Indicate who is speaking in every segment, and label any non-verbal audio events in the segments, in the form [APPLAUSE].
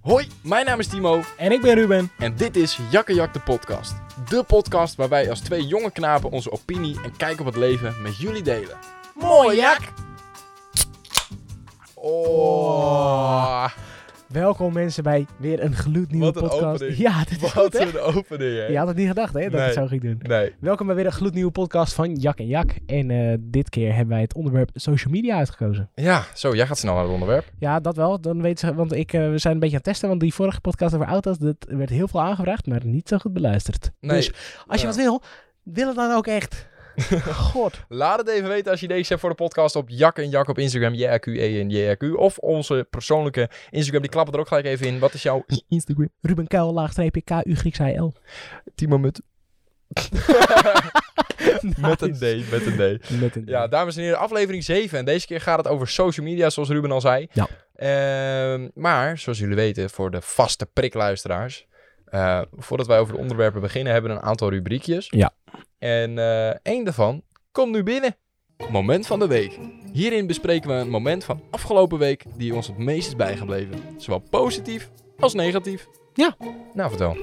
Speaker 1: Hoi, mijn naam is Timo
Speaker 2: En ik ben Ruben.
Speaker 1: en dit is Jakkejak de podcast. De podcast waar wij als twee jonge knapen onze opinie en kijk op het leven met jullie delen.
Speaker 2: Mooi, Jak!
Speaker 1: Oh,
Speaker 2: Welkom mensen bij weer een gloednieuwe
Speaker 1: Wat een
Speaker 2: podcast.
Speaker 1: opening.
Speaker 2: Ja, dit is
Speaker 1: [LAUGHS]
Speaker 2: goed,
Speaker 1: wat
Speaker 2: hè?
Speaker 1: een opening hè?
Speaker 2: Je had het niet gedacht hè, dat ik
Speaker 1: Nee.
Speaker 2: het zo ging doen.
Speaker 1: Nee,
Speaker 2: Welkom bij weer een gloednieuwe podcast van Jak en Jak. En eh, dit keer hebben wij het onderwerp social media uitgekozen.
Speaker 1: ja, zo, jij gaat snel naar het onderwerp.
Speaker 2: Ja, dat wel. Dan weten ze, want ik, eh, we zijn een beetje aan het testen, want die vorige podcast over auto's, dat werd heel veel aangevraagd, maar niet zo goed beluisterd.
Speaker 1: Nee,
Speaker 2: Dus als je
Speaker 1: Ja.
Speaker 2: wat wil, wil het dan ook
Speaker 1: [LAUGHS]
Speaker 2: echt. God.
Speaker 1: laat het even weten als je deze hebt voor de podcast op Jak en Jak op Instagram, JRQE E en JRQ. Of onze persoonlijke Instagram, die klappen er ook gelijk even in. Wat is jouw Instagram?
Speaker 2: Ruben Kuil, laagstreepje, K-U, Grieks, I-L.
Speaker 1: Timo Mut. [LAUGHS] Met een
Speaker 2: Nice.
Speaker 1: D, met een D.
Speaker 2: Met een
Speaker 1: Ja, dames en heren, aflevering 7. En deze keer gaat het over social media, zoals Ruben al zei.
Speaker 2: Ja.
Speaker 1: Ehm, maar, zoals jullie weten, voor de vaste prikluisteraars. eh, voordat wij over de onderwerpen beginnen, hebben we een aantal rubriekjes.
Speaker 2: Ja.
Speaker 1: En eh, één daarvan komt nu binnen. Moment van de week. Hierin bespreken we een moment van afgelopen week die ons het meest is bijgebleven. Zowel positief als negatief.
Speaker 2: Ja.
Speaker 1: Nou, vertel.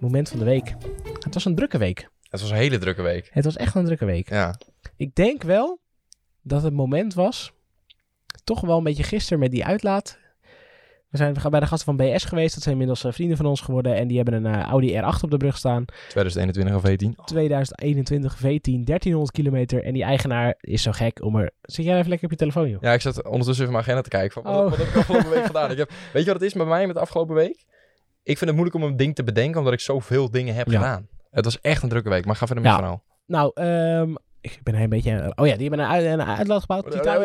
Speaker 2: Moment van de week. Het was een drukke week.
Speaker 1: Het was een hele drukke week.
Speaker 2: Het was echt een drukke week.
Speaker 1: Ja.
Speaker 2: Ik denk wel dat het moment was, toch wel een beetje gisteren met die uitlaat. We zijn bij de gasten van BS geweest. Dat zijn inmiddels eh, vrienden van ons geworden. En die hebben een eh, Audi R8 op de brug staan.
Speaker 1: 2021 of 18.
Speaker 2: 2021 V10, 1300 kilometer. En die eigenaar is zo gek om er... Zit jij even lekker op je telefoon, joh?
Speaker 1: Ja, ik zat ondertussen even mijn agenda te kijken. Van, wat,
Speaker 2: Oh.
Speaker 1: wat heb ik afgelopen week gedaan? Ik heb, weet je wat het is met mij met de afgelopen week? Ik vind het moeilijk om een ding te bedenken, omdat ik zoveel dingen heb
Speaker 2: Ja.
Speaker 1: gedaan. Het was echt een drukke week, maar ga verder met het
Speaker 2: Ja.
Speaker 1: verhaal.
Speaker 2: Nou, ehm, ik ben een beetje... Oh ja, die hebben een, uit- een uitlaat gebouwd. Titan-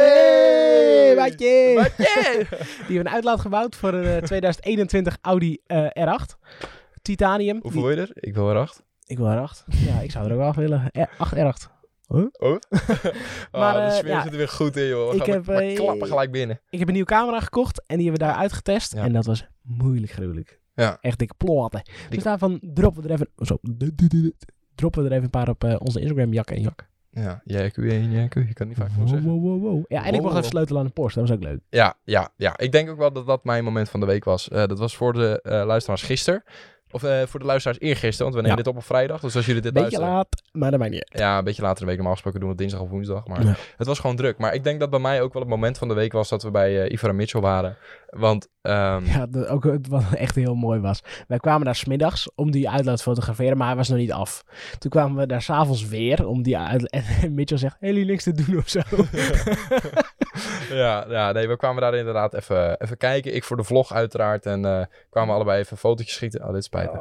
Speaker 1: Hey,
Speaker 2: Maatje!
Speaker 1: Matje!
Speaker 2: Die hebben een uitlaat gebouwd voor een eh, 2021 Audi eh, R8. Titanium.
Speaker 1: Hoeveel wil je er? Ik wil er acht.
Speaker 2: Ik wil R8. Ja, ik zou er ook wel af willen. R- 8 R8.
Speaker 1: Oh,
Speaker 2: Maar,
Speaker 1: Ah, de
Speaker 2: eh,
Speaker 1: sfeer
Speaker 2: ja.
Speaker 1: zit er weer goed in, joh. We
Speaker 2: Ik
Speaker 1: gaan
Speaker 2: heb,
Speaker 1: maar, maar
Speaker 2: eh,
Speaker 1: klappen gelijk binnen.
Speaker 2: Ik heb een nieuwe camera gekocht en die hebben we daar uitgetest.
Speaker 1: Ja.
Speaker 2: En dat was moeilijk gruwelijk.
Speaker 1: Ja.
Speaker 2: Echt dikke plotten.
Speaker 1: Dikke-
Speaker 2: Dus daarvan droppen we er even... Zo, du- du- du- du- droppen we er even een paar op eh, onze Instagram, Jak en Jak.
Speaker 1: Ja, jij Q1, jij Q. Je kan het niet vaak genoeg
Speaker 2: Wow,
Speaker 1: zeggen.
Speaker 2: wow, wow, wow. Ja, en
Speaker 1: Wow,
Speaker 2: ik mocht
Speaker 1: wow.
Speaker 2: even sleutelen aan de post. Dat was ook leuk.
Speaker 1: Ja, ja, ja. Ik denk ook wel dat dat mijn moment van de week was. Eh, dat was voor de eh, luisteraars gisteren. Of eh, voor de luisteraars eergisteren, want we nemen
Speaker 2: Ja.
Speaker 1: dit op op vrijdag. Dus als jullie dit
Speaker 2: Beetje
Speaker 1: luisteren...
Speaker 2: laat, maar dat maakt niet uit.
Speaker 1: Ja, een beetje later in de week. Normaal gesproken doen we het dinsdag of woensdag. Maar
Speaker 2: Ja.
Speaker 1: het was gewoon druk. Maar ik denk dat bij mij ook wel het moment van de week was dat we bij eh Ivara Mitchell waren. Want ehm,
Speaker 2: Ja, dat ook, het wat echt heel mooi was. Wij kwamen daar smiddags om die uitlaat te fotograferen, maar hij was nog niet af. Toen kwamen we daar s'avonds weer om die uitlaat. [LAUGHS] En Mitchell zegt, helemaal niks te doen of zo.
Speaker 1: [LAUGHS] ja, ja, nee, we kwamen daar inderdaad even, even kijken. Ik voor de vlog uiteraard. En eh, kwamen allebei even fotootjes schieten. Oh, dit spijt me.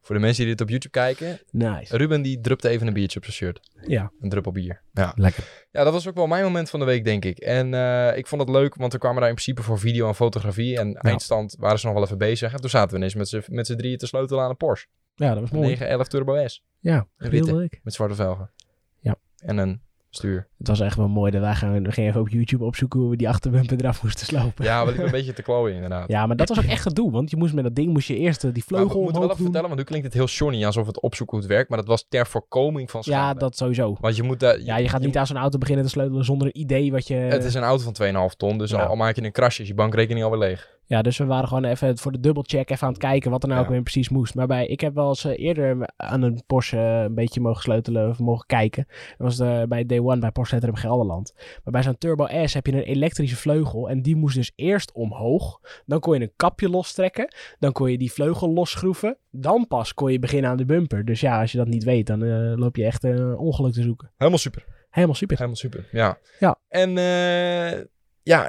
Speaker 1: Voor de mensen die dit op YouTube kijken.
Speaker 2: Nice.
Speaker 1: Ruben die drupte even een biertje op zijn shirt.
Speaker 2: Ja,
Speaker 1: Een druppel bier. Ja.
Speaker 2: lekker.
Speaker 1: Ja, dat was ook wel mijn moment van de week, denk ik. En eh, ik vond het leuk, want we kwamen daar in principe voor video en fotografie. En eindstand waren ze nog wel even bezig. En toen zaten we ineens met z'n- met z'n drieën te sleutelen aan een Porsche.
Speaker 2: Ja, dat was
Speaker 1: Een
Speaker 2: mooi.
Speaker 1: 911 Turbo S.
Speaker 2: Ja,
Speaker 1: Een
Speaker 2: heel
Speaker 1: witte.
Speaker 2: leuk.
Speaker 1: Met zwarte velgen.
Speaker 2: Ja.
Speaker 1: En een stuur.
Speaker 2: Het was echt wel mooi dat wij gaan, we gingen even op YouTube opzoeken hoe we die achterbumper eraf moesten slopen.
Speaker 1: Ja, we liepen een beetje te klooien inderdaad.
Speaker 2: Ja, maar dat was ook echt gedoe, want je moest met dat ding moest je eerst eh, die
Speaker 1: Maar we
Speaker 2: vleugel
Speaker 1: moeten wel
Speaker 2: omhoog
Speaker 1: even
Speaker 2: doen.
Speaker 1: vertellen, want nu klinkt het heel Johnny alsof het opzoeken hoe het werkt. Maar dat was ter voorkoming van schade.
Speaker 2: Ja, dat sowieso.
Speaker 1: Want eh, je moet daar...
Speaker 2: Ja, je gaat niet aan zo'n auto beginnen te sleutelen zonder een idee wat je...
Speaker 1: Het is een auto van 2,5 ton, dus
Speaker 2: Ja.
Speaker 1: al, al maak je een crash, is je bankrekening alweer leeg.
Speaker 2: Ja, dus we waren gewoon even voor de dubbelcheck even aan het kijken wat er nou
Speaker 1: Ja.
Speaker 2: ook weer precies moest. Maar bij, ik heb wel eens eh, eerder aan een Porsche eh, een beetje mogen sleutelen of mogen kijken. Dat was eh, bij Day One bij Porsche Centrum Gelderland. Maar bij zo'n Turbo S heb je een elektrische vleugel en die moest dus eerst omhoog. Dan kon je een kapje lostrekken, dan kon je die vleugel losschroeven. Dan pas kon je beginnen aan de bumper. Dus ja, als je dat niet weet, dan eh, loop je echt een ongeluk te zoeken.
Speaker 1: Helemaal super.
Speaker 2: Helemaal super. [LAUGHS]
Speaker 1: Helemaal super, ja.
Speaker 2: Ja.
Speaker 1: En eh, ja,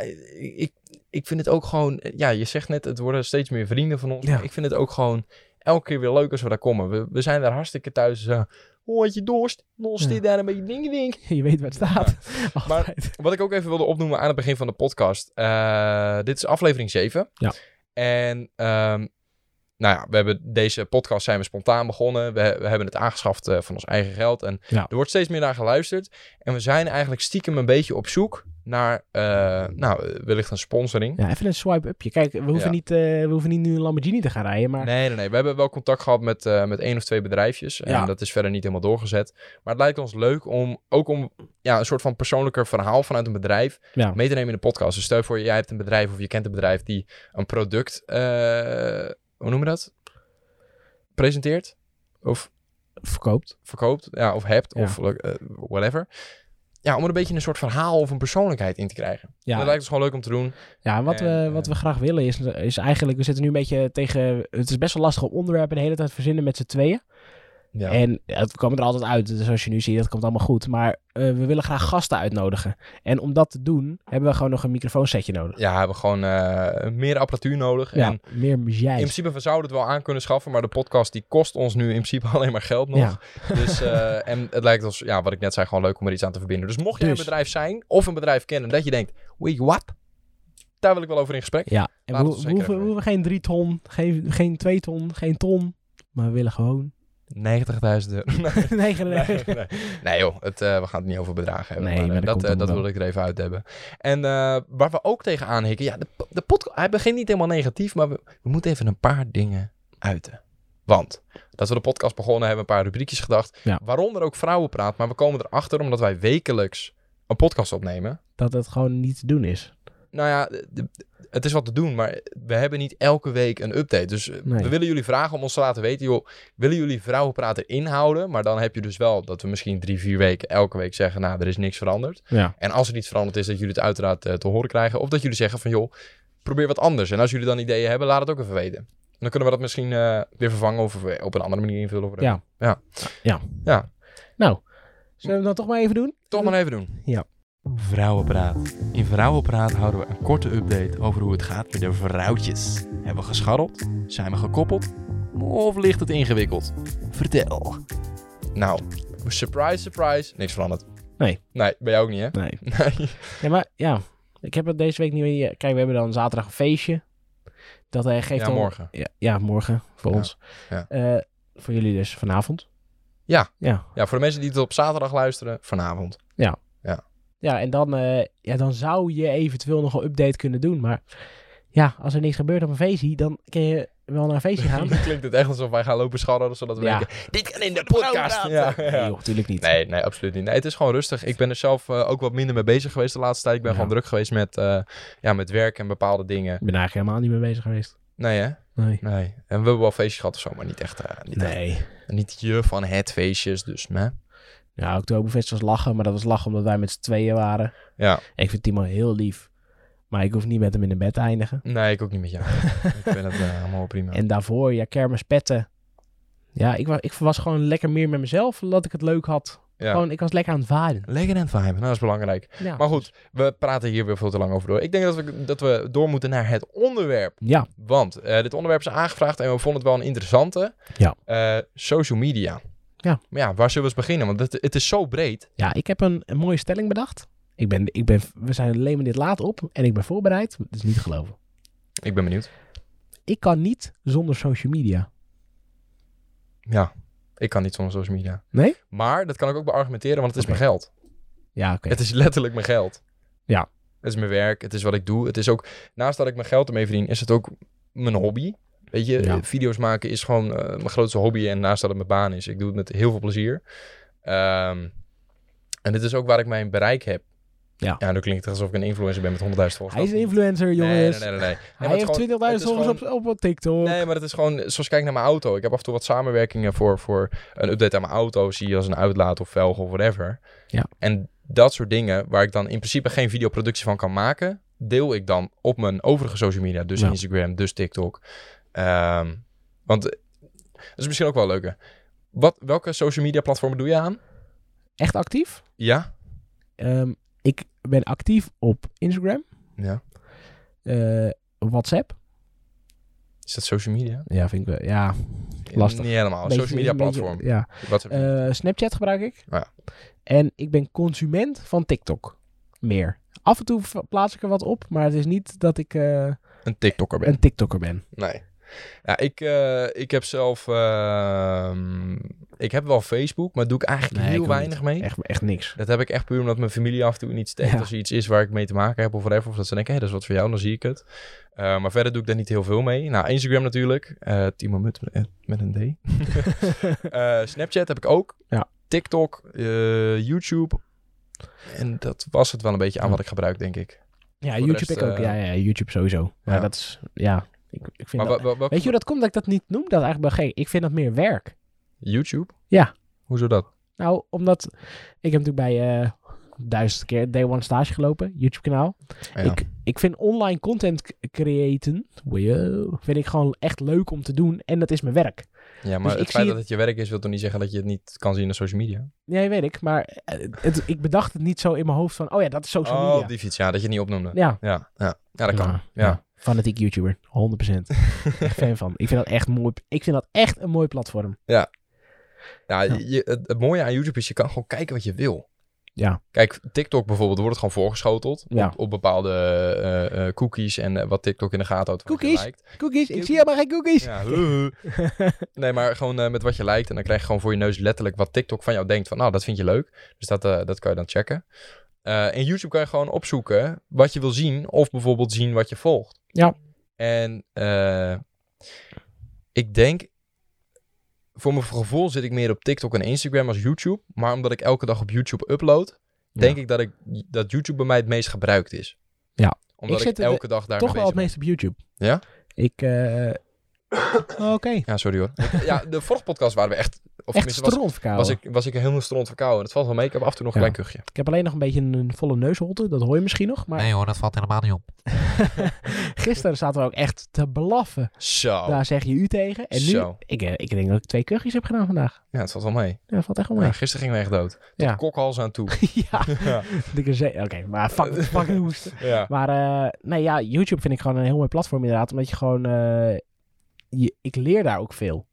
Speaker 1: ik, ik vind het ook gewoon... Ja, je zegt net, het worden steeds meer vrienden van ons.
Speaker 2: Ja.
Speaker 1: maar Ik vind het ook gewoon elke keer weer leuk als we daar komen. We, we zijn daar hartstikke thuis. eh oh, had je dorst? Nog
Speaker 2: Ja.
Speaker 1: dit daar een beetje ding ding.
Speaker 2: Je weet waar het staat. [LAUGHS] Altijd.
Speaker 1: Wat ik ook even wilde opnoemen aan het begin van de podcast. eh, dit is aflevering 7.
Speaker 2: Ja.
Speaker 1: En ehm, nou ja, we hebben deze podcast zijn we spontaan begonnen. We, we hebben het aangeschaft eh, van ons eigen geld. En
Speaker 2: Ja.
Speaker 1: er wordt steeds meer naar geluisterd. En we zijn eigenlijk stiekem een beetje op zoek naar eh, nou, eh, wellicht een sponsoring.
Speaker 2: Ja, even een swipe-upje. Kijk, we hoeven,
Speaker 1: Ja.
Speaker 2: niet, eh, we hoeven niet nu een Lamborghini te gaan rijden, maar...
Speaker 1: Nee, nee, nee. We hebben wel contact gehad met, eh, met één of twee bedrijfjes. En
Speaker 2: Ja.
Speaker 1: dat is verder niet helemaal doorgezet. Maar het lijkt ons leuk om ook om ja, een soort van persoonlijker verhaal vanuit een bedrijf
Speaker 2: Ja.
Speaker 1: mee te nemen in de podcast. Dus stel je voor, jij hebt een bedrijf of je kent een bedrijf die een product, eh, hoe noemen we dat? Presenteert? Of
Speaker 2: Verkoopt.
Speaker 1: verkoopt, ja, of hebt,
Speaker 2: Ja.
Speaker 1: of eh, whatever. Ja, om er een beetje een soort verhaal of een persoonlijkheid in te krijgen.
Speaker 2: Ja,
Speaker 1: Dat lijkt ons gewoon leuk om te doen.
Speaker 2: Ja, en wat,
Speaker 1: En,
Speaker 2: we,
Speaker 1: eh,
Speaker 2: wat we graag willen is, is eigenlijk... We zitten nu een beetje tegen... Het is best wel lastig om onderwerpen de hele tijd te verzinnen met z'n tweeën.
Speaker 1: Ja.
Speaker 2: En eh, het komt er altijd uit. Dus zoals je nu ziet, dat komt allemaal goed. Maar eh, we willen graag gasten uitnodigen. En om dat te doen, hebben we gewoon nog een microfoonsetje nodig.
Speaker 1: Ja, we hebben gewoon eh, meer apparatuur nodig.
Speaker 2: Ja,
Speaker 1: En
Speaker 2: meer
Speaker 1: in
Speaker 2: muziek.
Speaker 1: principe, we zouden het wel aan kunnen schaffen, maar de podcast die kost ons nu in principe [LAUGHS] alleen maar geld nog.
Speaker 2: Ja.
Speaker 1: Dus, eh, en het lijkt ons, ja, wat ik net zei, gewoon leuk om er iets aan te verbinden. Dus mocht je
Speaker 2: Dus.
Speaker 1: een bedrijf zijn of een bedrijf kennen dat je denkt, weet je wat? Daar wil ik wel over in gesprek.
Speaker 2: Ja, en we,
Speaker 1: Laat het
Speaker 2: we
Speaker 1: ons zeker
Speaker 2: hoeven, we
Speaker 1: even
Speaker 2: hoeven geen drie ton, geen, geen twee ton, geen ton. Maar we willen
Speaker 1: [LAUGHS]
Speaker 2: gewoon... [LAUGHS]
Speaker 1: 90.000 euro. Nee,
Speaker 2: nee, nee,
Speaker 1: nee, nee. Nee, joh, het, eh, we gaan het niet over bedragen hebben.
Speaker 2: Nee,
Speaker 1: maar, eh,
Speaker 2: maar dat
Speaker 1: dat,
Speaker 2: komt
Speaker 1: eh,
Speaker 2: allemaal
Speaker 1: dat
Speaker 2: wel.
Speaker 1: wilde ik er even uit hebben. En eh, waar we ook tegenaan hikken, ja, de, po- de podcast, hij begint niet helemaal negatief, maar we, we moeten even een paar dingen uiten. Want, dat we de podcast begonnen hebben, we een paar rubriekjes gedacht.
Speaker 2: Ja.
Speaker 1: Waaronder ook vrouwenpraat, maar we komen erachter omdat wij wekelijks een podcast opnemen.
Speaker 2: Dat het gewoon niet te doen is.
Speaker 1: Nou ja, de- de- het is wat te doen, maar we hebben niet elke week een update. Dus eh,
Speaker 2: Nee.
Speaker 1: we willen jullie vragen om ons te laten weten, joh, willen jullie vrouwenpraat erin houden? Maar dan heb je dus wel dat we misschien drie, vier weken elke week zeggen, nou, er is niks veranderd.
Speaker 2: Ja.
Speaker 1: En als er iets veranderd is, dat jullie het uiteraard eh, te horen krijgen. Of dat jullie zeggen van, joh, probeer wat anders. En als jullie dan ideeën hebben, laat het ook even weten. En dan kunnen we dat misschien eh, weer vervangen of we op een andere manier invullen. Of
Speaker 2: Ja. Nou, Zullen we dat toch maar even doen?
Speaker 1: Toch maar even doen.
Speaker 2: Ja.
Speaker 1: Vrouwenpraat. In Vrouwenpraat houden we een korte update over hoe het gaat met de vrouwtjes. Hebben we gescharreld? Zijn we gekoppeld? Of ligt het ingewikkeld? Vertel. Nou, surprise, surprise. Niks veranderd.
Speaker 2: Nee.
Speaker 1: Nee, bij jou ook niet, hè? [LAUGHS]
Speaker 2: Nee.
Speaker 1: Nee.
Speaker 2: Ja, maar ja, ik heb het deze week niet meer. Kijk, we hebben dan zaterdag een feestje. Dat eh, geeft
Speaker 1: Ja,
Speaker 2: dan...
Speaker 1: morgen.
Speaker 2: Ja, ja, morgen voor
Speaker 1: Ja,
Speaker 2: ons.
Speaker 1: ja.
Speaker 2: Eh, voor jullie dus vanavond.
Speaker 1: Ja.
Speaker 2: Ja,
Speaker 1: Ja, voor de mensen die het op zaterdag luisteren, vanavond.
Speaker 2: ja en dan, eh, ja, dan zou je eventueel nog een update kunnen doen. Maar ja, als er niks gebeurt op een feestje, dan kun je wel naar een
Speaker 1: [LAUGHS]
Speaker 2: feestje gaan.
Speaker 1: Dan klinkt het echt alsof wij gaan lopen scharrelen, zodat we
Speaker 2: Ja.
Speaker 1: denken, dit kan in de podcast. Ja,
Speaker 2: Nee,
Speaker 1: ja.
Speaker 2: joh, natuurlijk niet.
Speaker 1: Nee, nee, absoluut niet. Nee, het is gewoon rustig. Ik ben er zelf eh, ook wat minder mee bezig geweest de laatste tijd. Ik ben
Speaker 2: Ja.
Speaker 1: gewoon druk geweest met, eh, ja, met werk en bepaalde dingen.
Speaker 2: Ik ben eigenlijk helemaal niet mee bezig geweest.
Speaker 1: Nee, hè?
Speaker 2: Nee.
Speaker 1: Nee. En we hebben wel feestjes gehad of zo, maar niet echt. eh, niet, echt-
Speaker 2: Nee.
Speaker 1: niet je van het feestjes, dus. Nee.
Speaker 2: Ja, Oktoberfest was lachen, maar dat was lachen omdat wij met z'n tweeën waren.
Speaker 1: Ja.
Speaker 2: Ik vind Timo heel lief. Maar ik hoef niet met hem in een bed te eindigen.
Speaker 1: Nee, ik ook niet met jou. ik vind het eh, allemaal prima.
Speaker 2: [LAUGHS] En daarvoor, ja, kermispetten. Ja, ik was, ik was gewoon lekker meer met mezelf, omdat ik het leuk had.
Speaker 1: Ja.
Speaker 2: Gewoon, ik was lekker aan het varen.
Speaker 1: Lekker en vibe, nou, dat is belangrijk.
Speaker 2: Ja.
Speaker 1: Maar goed, we praten hier weer veel te lang over door. Ik denk dat we, dat we door moeten naar het onderwerp.
Speaker 2: Ja,
Speaker 1: Want eh, dit onderwerp is aangevraagd en we vonden het wel een interessante.
Speaker 2: Ja.
Speaker 1: Eh, social media.
Speaker 2: Ja.
Speaker 1: Maar ja, waar zullen we eens beginnen? Want het, het is zo breed.
Speaker 2: ja ik heb een, een mooie stelling bedacht. Ik ben, ik ben, we zijn alleen maar dit laat op en ik ben voorbereid. Het is niet te geloven.
Speaker 1: Ik ben benieuwd.
Speaker 2: Ik kan niet zonder social media.
Speaker 1: Ja, ik kan niet zonder social media.
Speaker 2: Nee?
Speaker 1: Maar dat kan ik ook beargumenteren, want het is
Speaker 2: Oké.
Speaker 1: mijn geld.
Speaker 2: Ja, oké.
Speaker 1: Het is letterlijk mijn geld.
Speaker 2: Ja.
Speaker 1: Het is mijn werk, het is wat ik doe. Het is ook, naast dat ik mijn geld ermee verdien, is het ook mijn hobby. Weet je,
Speaker 2: Ja.
Speaker 1: video's maken is gewoon eh, mijn grootste hobby. En naast dat het mijn baan is, ik doe het met heel veel plezier. Ehm, en dit is ook waar ik mijn bereik heb.
Speaker 2: Ja.
Speaker 1: Ja, nu klinkt het alsof ik een influencer ben met 100.000 volgers.
Speaker 2: Hij is een influencer,
Speaker 1: Nee,
Speaker 2: jongens.
Speaker 1: nee, nee, nee. nee. Nee, maar het
Speaker 2: Hij
Speaker 1: is
Speaker 2: heeft
Speaker 1: gewoon-
Speaker 2: 20.000
Speaker 1: het is
Speaker 2: volgers op, op TikTok.
Speaker 1: Nee, maar het is gewoon, zoals kijk naar mijn auto. Ik heb af en toe wat samenwerkingen voor, voor een update aan mijn auto. Zie je als een uitlaat of velg of whatever.
Speaker 2: Ja.
Speaker 1: En dat soort dingen, waar ik dan in principe geen videoproductie van kan maken, deel ik dan op mijn overige social media. Dus
Speaker 2: Ja.
Speaker 1: Instagram, dus TikTok. Ehm, want eh, dat is misschien ook wel leuker. Wat, welke social media platformen doe je aan?
Speaker 2: Echt actief?
Speaker 1: Ja?
Speaker 2: Ehm, ik ben actief op Instagram,
Speaker 1: Ja.
Speaker 2: eh, op WhatsApp.
Speaker 1: Is dat social media?
Speaker 2: Ja, vind ik wel. Ja, Lastig.
Speaker 1: Niet helemaal.
Speaker 2: beetje-
Speaker 1: Oh, social media
Speaker 2: een beetje-
Speaker 1: platform.
Speaker 2: ja.
Speaker 1: Wat heb je?
Speaker 2: Eh, Snapchat gebruik ik.
Speaker 1: Oh ja.
Speaker 2: En ik ben consument van TikTok. Meer. Af en toe v- plaats ik er wat op, maar het is niet dat ik eh,
Speaker 1: een TikToker ben.
Speaker 2: een TikToker ben.
Speaker 1: Nee. Ja, ik, eh, ik heb zelf... ehm, ik heb wel Facebook, maar doe ik eigenlijk
Speaker 2: Nee, ik
Speaker 1: heel
Speaker 2: ook
Speaker 1: weinig mee.
Speaker 2: Echt, echt
Speaker 1: [LAUGHS]
Speaker 2: niks.
Speaker 1: Dat heb ik echt puur omdat mijn familie af en toe niet steekt.
Speaker 2: Ja.
Speaker 1: Als er iets is waar ik mee te maken heb of whatever. Of dat ze denken, hé, dat is wat voor jou, dan zie ik het. Eh, maar verder doe ik daar niet heel veel mee. Nou, Instagram natuurlijk. eh Timo Mut eh, met een D. Eh, Snapchat heb ik ook.
Speaker 2: Ja.
Speaker 1: TikTok, eh, YouTube. En dat was het wel een beetje aan
Speaker 2: Ja.
Speaker 1: wat ik gebruik, denk ik.
Speaker 2: [LAUGHS] Ja,
Speaker 1: Voor de
Speaker 2: YouTube
Speaker 1: rest,
Speaker 2: ik ook.
Speaker 1: eh,
Speaker 2: Ja, ja, YouTube sowieso. Maar
Speaker 1: ja.
Speaker 2: dat is, ja, ik, ik vind
Speaker 1: Maar
Speaker 2: dat...
Speaker 1: wa- wa- welke-
Speaker 2: Weet je hoe dat komt dat ik dat niet noem? Dat eigenlijk wel gek. Ik vind dat meer werk.
Speaker 1: YouTube?
Speaker 2: Ja.
Speaker 1: Hoezo dat?
Speaker 2: Nou, omdat ik heb natuurlijk bij eh, duizend keer Day One stage gelopen, YouTube kanaal.
Speaker 1: Ja.
Speaker 2: Ik, ik vind online content c- creëren, wow, vind ik gewoon echt leuk om te doen en dat is mijn werk.
Speaker 1: ja, maar
Speaker 2: dus
Speaker 1: het
Speaker 2: ik
Speaker 1: feit
Speaker 2: zie
Speaker 1: dat het je werk is, wil toch niet zeggen dat je het niet kan zien op social media?
Speaker 2: Nee, weet ik, maar eh, het, ik bedacht het niet zo in mijn hoofd van, oh ja, dat is social
Speaker 1: oh,
Speaker 2: media.
Speaker 1: op die fiets, ja, dat je het niet opnoemde. Ja,
Speaker 2: Ja.
Speaker 1: ja, ja. dat kan.
Speaker 2: Ja,
Speaker 1: ja.
Speaker 2: Fanatiek YouTuber,
Speaker 1: [LAUGHS]
Speaker 2: 100%. echt fan van. Ik vind dat echt mooi. Ik vind dat echt een mooi platform.
Speaker 1: Ja,
Speaker 2: Ja.
Speaker 1: je- het, het mooie aan YouTube is, je kan gewoon kijken wat je wil.
Speaker 2: Ja.
Speaker 1: Kijk, TikTok bijvoorbeeld wordt het gewoon voorgeschoteld.
Speaker 2: Ja.
Speaker 1: Op, op bepaalde eh, eh, cookies en eh, wat TikTok in de gaten houdt. van wat je
Speaker 2: Cookies?
Speaker 1: liked.
Speaker 2: Cookies, ik zie helemaal geen cookies.
Speaker 1: Ja, huh,
Speaker 2: [LAUGHS]
Speaker 1: huh. nee, maar gewoon eh, met wat je lijkt. En dan krijg je gewoon voor je neus letterlijk wat TikTok van jou denkt. Van, nou, dat vind je leuk. Dus dat, eh, dat kan je dan checken. Eh in YouTube kan je gewoon opzoeken wat je wil zien. Of bijvoorbeeld zien wat je volgt.
Speaker 2: Ja.
Speaker 1: En eh, ik denk... Voor mijn gevoel zit ik meer op TikTok en Instagram als YouTube. Maar omdat ik elke dag op YouTube upload...
Speaker 2: Ja.
Speaker 1: denk ik dat, ik dat YouTube bij mij het meest gebruikt is.
Speaker 2: Ja.
Speaker 1: Omdat
Speaker 2: Ik
Speaker 1: ik,
Speaker 2: zit er
Speaker 1: elke dag daar
Speaker 2: Toch
Speaker 1: mee
Speaker 2: wel het
Speaker 1: bezig ben.
Speaker 2: meest op YouTube.
Speaker 1: Ja?
Speaker 2: Ik, eh, Oké.
Speaker 1: Ja, sorry hoor. Ja, de vorige podcast waren we echt... Of
Speaker 2: Echt
Speaker 1: tenminste, was-
Speaker 2: stront
Speaker 1: was ik, was ik helemaal stront verkouden. Dat valt wel mee. Ik heb af en toe nog een
Speaker 2: Ja.
Speaker 1: klein kuchje.
Speaker 2: Ik heb alleen nog een beetje een, een volle neusholte. Dat hoor je misschien nog. Maar
Speaker 3: Nee hoor, dat valt helemaal niet op.
Speaker 2: [LAUGHS] gisteren zaten we ook echt te blaffen.
Speaker 1: Zo.
Speaker 2: Daar zeg je u tegen. En nu,
Speaker 1: Oh. Zo.
Speaker 2: ik, eh, ik denk dat ik twee kuchjes heb gedaan vandaag.
Speaker 1: Ja, het valt wel mee.
Speaker 2: Ja, dat valt echt wel mee.
Speaker 1: Ja, gisteren gingen we echt dood. Tot
Speaker 2: Oh, Ja.
Speaker 1: kokhals aan toe. [LAUGHS]
Speaker 2: [LAUGHS] ja.
Speaker 1: ja.
Speaker 2: dikke zee. Oké, maar fuck,
Speaker 1: [LAUGHS]
Speaker 2: fuck de hoesten.
Speaker 1: ja.
Speaker 2: Maar eh, nee, ja, YouTube vind ik gewoon een heel mooi platform inderdaad. Omdat je gewoon... eh, je, ik leer daar ook veel.